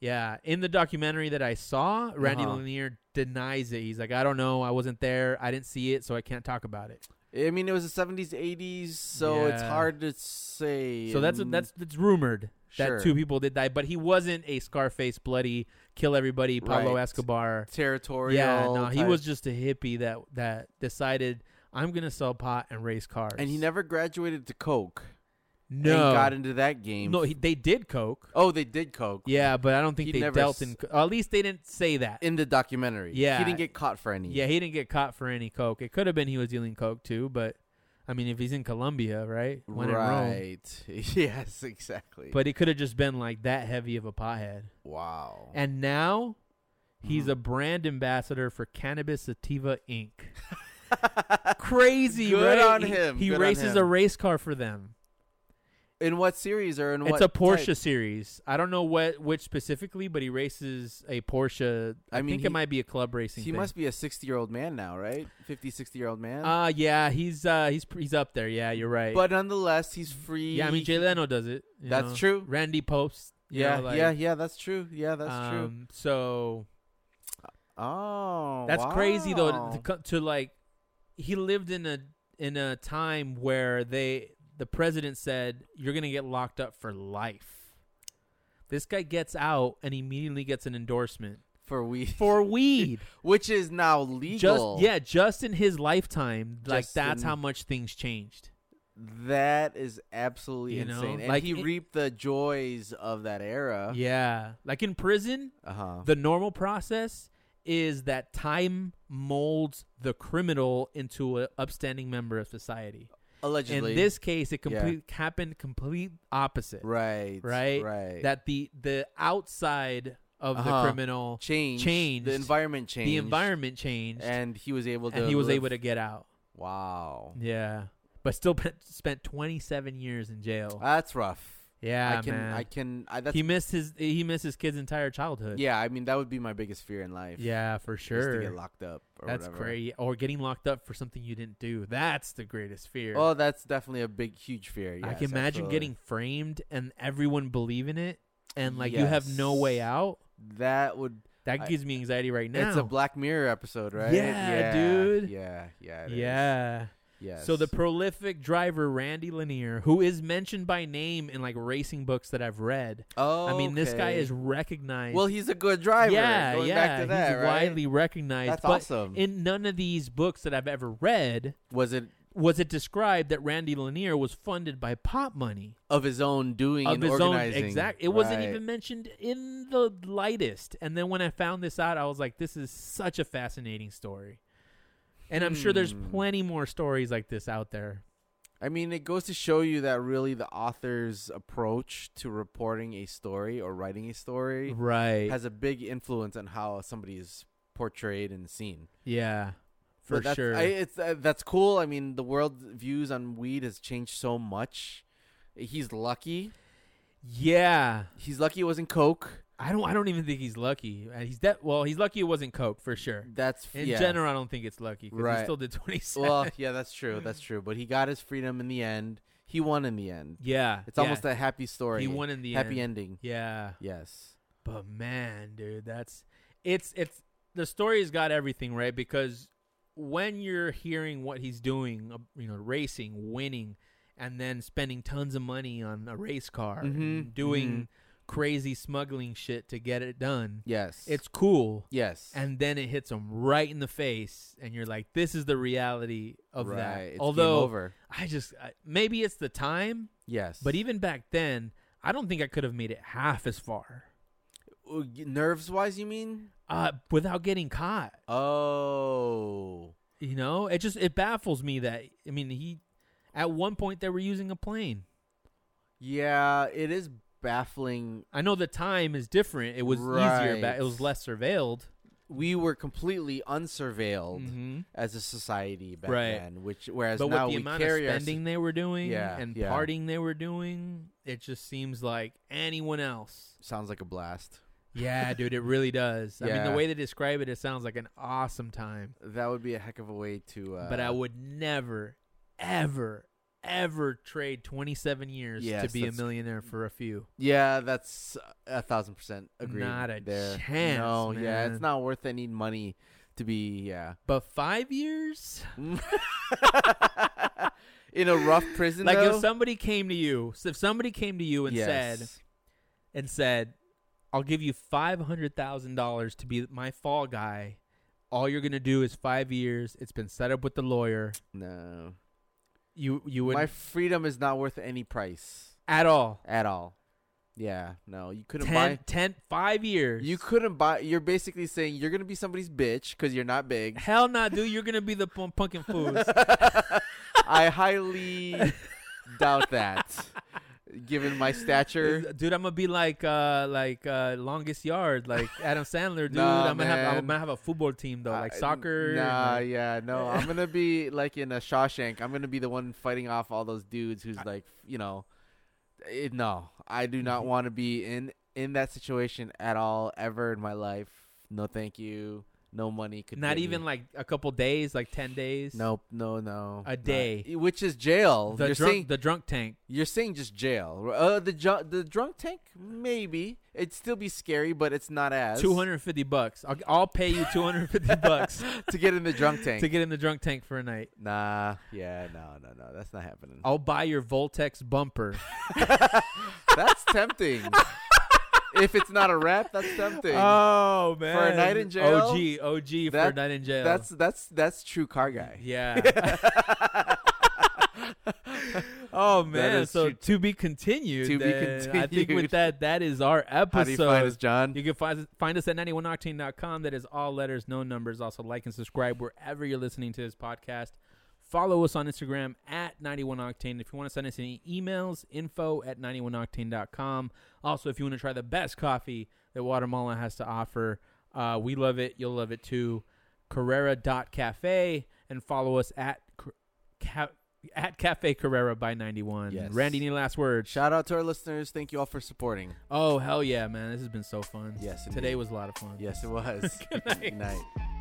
S3: yeah in the documentary that i saw randy
S2: Uh-huh.
S3: lanier denies it he's like i don't know i wasn't there i didn't see it so i can't talk about it
S2: I mean, it was the seventies, eighties, so it's
S3: Yeah.
S2: hard to say.
S3: so that's
S2: and-
S3: that's that's rumored
S2: Mm. Sure.
S3: that two people did die but he wasn't a scarface bloody kill everybody pablo
S2: Right.
S3: escobar
S2: territorial.
S3: yeah no he
S2: type.
S3: was just a hippie that that decided i'm gonna sell pot and race cars
S2: and he never graduated to coke. and
S3: no
S2: got into that game.
S3: no he, they did coke
S2: oh, they did coke.
S3: Yeah, but I don't think
S2: He
S3: they
S2: never
S3: dealt
S2: s-
S3: in. co- At least they didn't say that.
S2: in the documentary.
S3: Yeah.
S2: he didn't get caught for any.
S3: yeah, he didn't get caught for any coke. It could have been he was dealing coke too, but I mean, if he's in Colombia, right? When in Rome.
S2: right. yes, exactly.
S3: But it could have just been like that heavy of a pothead.
S2: wow.
S3: And now he's
S2: Mhm.
S3: a brand ambassador for Cannabis Sativa Inc. Crazy,
S2: Good
S3: right?
S2: on
S3: He-
S2: him,
S3: He
S2: good on
S3: races a
S2: him.
S3: race car for them.
S2: in what series or in what?
S3: it's a Porsche
S2: type?
S3: series. I don't know what which specifically, but he races a Porsche. I,
S2: I mean,
S3: think
S2: he-
S3: it might be a club racing.
S2: He
S3: thing.
S2: must be a sixty-year-old man now, right? 50, 60-year-old man.
S3: Uh yeah, he's uh he's he's up there. Yeah, you're right.
S2: but nonetheless, he's free.
S3: yeah, I mean Jay Leno does it. you
S2: That's
S3: know.
S2: true.
S3: Randy Pope's. you
S2: Yeah,
S3: know, like,
S2: yeah, yeah. That's true. Yeah, that's true.
S3: um, So
S2: Oh,
S3: that's crazy though to-
S2: wow.
S3: to, co- to like he lived in a in a time where they the president said you're gonna get locked up for life. This guy gets out and immediately gets an endorsement
S2: for weed,
S3: for weed.
S2: which is now
S3: just
S2: legal.
S3: yeah, just in his lifetime, like
S2: Just
S3: that's
S2: in-
S3: how much things changed.
S2: that is absolutely
S3: You know,
S2: insane. and
S3: like
S2: he
S3: it-
S2: reaped the joys of that era.
S3: Yeah, like in prison,
S2: Uh huh.
S3: the normal process is that time molds the criminal into an upstanding member of society.
S2: Allegedly,
S3: In this case, it
S2: Yeah.
S3: complete happened complete opposite.
S2: right,
S3: right?
S2: right.
S3: That the the outside of the
S2: Uh-huh.
S3: criminal,
S2: changed,
S3: changed.
S2: The environment changed.
S3: the environment changed, and,
S2: and he was able to.
S3: he was
S2: live-
S3: able to get out.
S2: Wow,
S3: Yeah, but still pe- spent 27 years in jail.
S2: that's rough.
S3: yeah,
S2: I can,
S3: man.
S2: I can. I, that's
S3: he missed his he missed his kid's entire childhood.
S2: yeah. I mean, that would be my biggest fear in life.
S3: yeah, for
S2: is
S3: sure.
S2: to get locked up. Or
S3: That's
S2: whatever.
S3: crazy. Or getting locked up for something you didn't do. That's the greatest fear.
S2: Oh, that's definitely a big, huge fear.
S3: I
S2: yes,
S3: can imagine
S2: absolutely.
S3: getting framed and everyone believing it, and like you have no
S2: Yes.
S3: way out.
S2: that would.
S3: That
S2: I-
S3: gives me anxiety right now.
S2: It's a Black Mirror episode, right?
S3: Yeah, dude.
S2: Yeah, yeah, it is.
S3: yeah.
S2: Yes.
S3: So the prolific driver Randy Lanier, who is mentioned by name in like racing books that I've read.
S2: oh,
S3: I mean, this guy
S2: okay.
S3: is recognized.
S2: Well, he's a good driver.
S3: yeah,
S2: going
S3: yeah,
S2: back to that,
S3: he's
S2: right?
S3: widely recognized.
S2: That's
S3: but
S2: awesome.
S3: In none of these books that I've ever read
S2: was it
S3: was it described that Randy Lanier was funded by pop money
S2: of his own doing
S3: of
S2: and
S3: his
S2: organizing?
S3: own. Exact. It wasn't
S2: Right.
S3: even mentioned in the lightest. And then when I found this out, I was like, "This is such a fascinating story." And I'm sure there's
S2: Hmm.
S3: plenty more stories like this out there.
S2: I mean, it goes to show you that really the author's approach to reporting a story or writing a story
S3: Right.
S2: has a big influence on how somebody is portrayed and seen.
S3: Yeah,
S2: So
S3: for
S2: that's,
S3: sure.
S2: I, it's uh, that's cool. I mean, the world views on weed has changed so much. He's lucky.
S3: yeah,
S2: He's lucky it wasn't coke.
S3: I don't. I don't even think he's lucky. Uh, He's that. Well, he's lucky it wasn't coke for sure.
S2: That's
S3: In
S2: yeah.
S3: general, I don't think it's lucky because he
S2: Right.
S3: still did twenty seven.
S2: Well, yeah, that's true. That's true. But he got his freedom in the end. He won in the end.
S3: yeah,
S2: It's
S3: yeah.
S2: almost a happy story.
S3: he won in the
S2: happy
S3: end.
S2: ending.
S3: Yeah,
S2: Yes.
S3: but man, dude, that's it's it's the story's got everything right because when you're hearing what he's doing, uh, you know, racing, winning, and then spending tons of money on a race car,
S2: Mhm,
S3: and doing crazy smuggling shit to get it done.
S2: Yes.
S3: It's cool.
S2: yes.
S3: and then it hits them right in the face, and you're like, "This is the reality of
S2: right.
S3: that."
S2: It's game
S3: Although
S2: over.
S3: I just I, maybe it's the time,
S2: Yes.
S3: but even back then, I don't think I could have made it half as far
S2: nerves wise, Oh, you mean?
S3: uh, without getting caught.
S2: Oh.
S3: You know, it just it baffles me that I mean he. At one point, they were using a plane.
S2: Yeah, it is baffling.
S3: I know the time is different. It was easier
S2: Right.
S3: back. It was less surveilled.
S2: We were completely unsurveilled
S3: Mm-hmm.
S2: as a society back
S3: Right.
S2: then, which whereas
S3: But
S2: now
S3: with the
S2: we
S3: amount of
S2: carry our-
S3: spending they were doing
S2: Yeah,
S3: and
S2: yeah.
S3: partying they were doing, it just seems like anyone else
S2: sounds like a blast.
S3: Yeah, dude, it really does. I mean, the
S2: Yeah.
S3: way they describe it, it sounds like an awesome time.
S2: That would be a heck of a way to. Uh,
S3: but I would never, ever, ever trade 27 years to
S2: Yes,
S3: be a
S2: that's-
S3: millionaire for a few.
S2: Yeah, that's a thousand percent agreed.
S3: Not a
S2: there.
S3: chance,
S2: No, yeah,
S3: man.
S2: it's not worth. I need money to be. Yeah,
S3: But five years?
S2: in a rough prison.
S3: Like
S2: though?
S3: if somebody came to you, so if somebody came to you and said,
S2: Yes.
S3: and said, "I'll give you five hundred thousand dollars to be my fall guy," all you're gonna do is five years. It's been set up with the lawyer.
S2: no,
S3: You you would
S2: my
S3: not
S2: freedom is not worth any price
S3: at all.
S2: at all. Yeah, no, you couldn't
S3: Ten,
S2: buy.
S3: ten, five years.
S2: You couldn't buy. You're basically saying you're gonna be somebody's bitch because you're not big.
S3: Hell nah, dude. You're gonna be the pun- pumpkin fools.
S2: I highly doubt that, given my stature.
S3: dude, I'm gonna be like uh like uh longest yard, like Adam Sandler, dude.
S2: Nah,
S3: I'm gonna have I'm
S2: man.
S3: gonna have a football team though,
S2: Uh,
S3: like
S2: n-
S3: soccer. and, uh,
S2: Nah,
S3: like-
S2: yeah, no. I'm gonna be like in a Shawshank. I'm gonna be the one fighting off all those dudes who's like, you know, it, no. I do
S3: Mm-hmm.
S2: not want to be in in that situation at all ever in my life. No, thank you. No money could.
S3: not
S2: get
S3: even
S2: me.
S3: like a couple days, like ten days.
S2: Nope. No. No.
S3: A
S2: not-
S3: day.
S2: which is jail.
S3: the
S2: you're
S3: drunk
S2: saying
S3: the drunk tank.
S2: you're saying just jail. Uh, the ju- the drunk tank maybe it'd still be scary, but it's not as
S3: Two hundred fifty bucks. I'll, I'll pay you two hundred fifty bucks
S2: to get in the drunk tank.
S3: to get in the drunk tank for a night.
S2: nah. Yeah. No. No. No. That's not happening.
S3: I'll buy your Voltex bumper.
S2: That's tempting. if it's not a rap, that's something.
S3: Oh man,
S2: For a night in jail?
S3: OG, OG for a
S2: That-
S3: night in jail.
S2: that's that's that's true car guy.
S3: yeah. oh man,
S2: is
S3: so
S2: true.
S3: to be continued.
S2: To be
S3: then I think with
S2: continued.
S3: that, that is our episode.
S2: How do you find us, John?
S3: You can find, find us at 91octane.com. That is all letters, no numbers. Also, like and subscribe wherever you're listening to this podcast. Follow us on Instagram at 91octane. If you want to send us any emails, info at 91octane.com. Also, if you want to try the best coffee that Guatemala has to offer, uh, we love it. You'll love it too. Carrera.cafe and follow us at Car- ca- at Cafe Carrera by 91.
S2: Yes.
S3: Randy, any last words?
S2: Shout out to our listeners. Thank you all for supporting.
S3: Oh, hell yeah, man. This has been so fun.
S2: Yes,
S3: Today
S2: indeed.
S3: was a lot of fun.
S2: Yes, it was.
S3: Good night.
S2: Good night.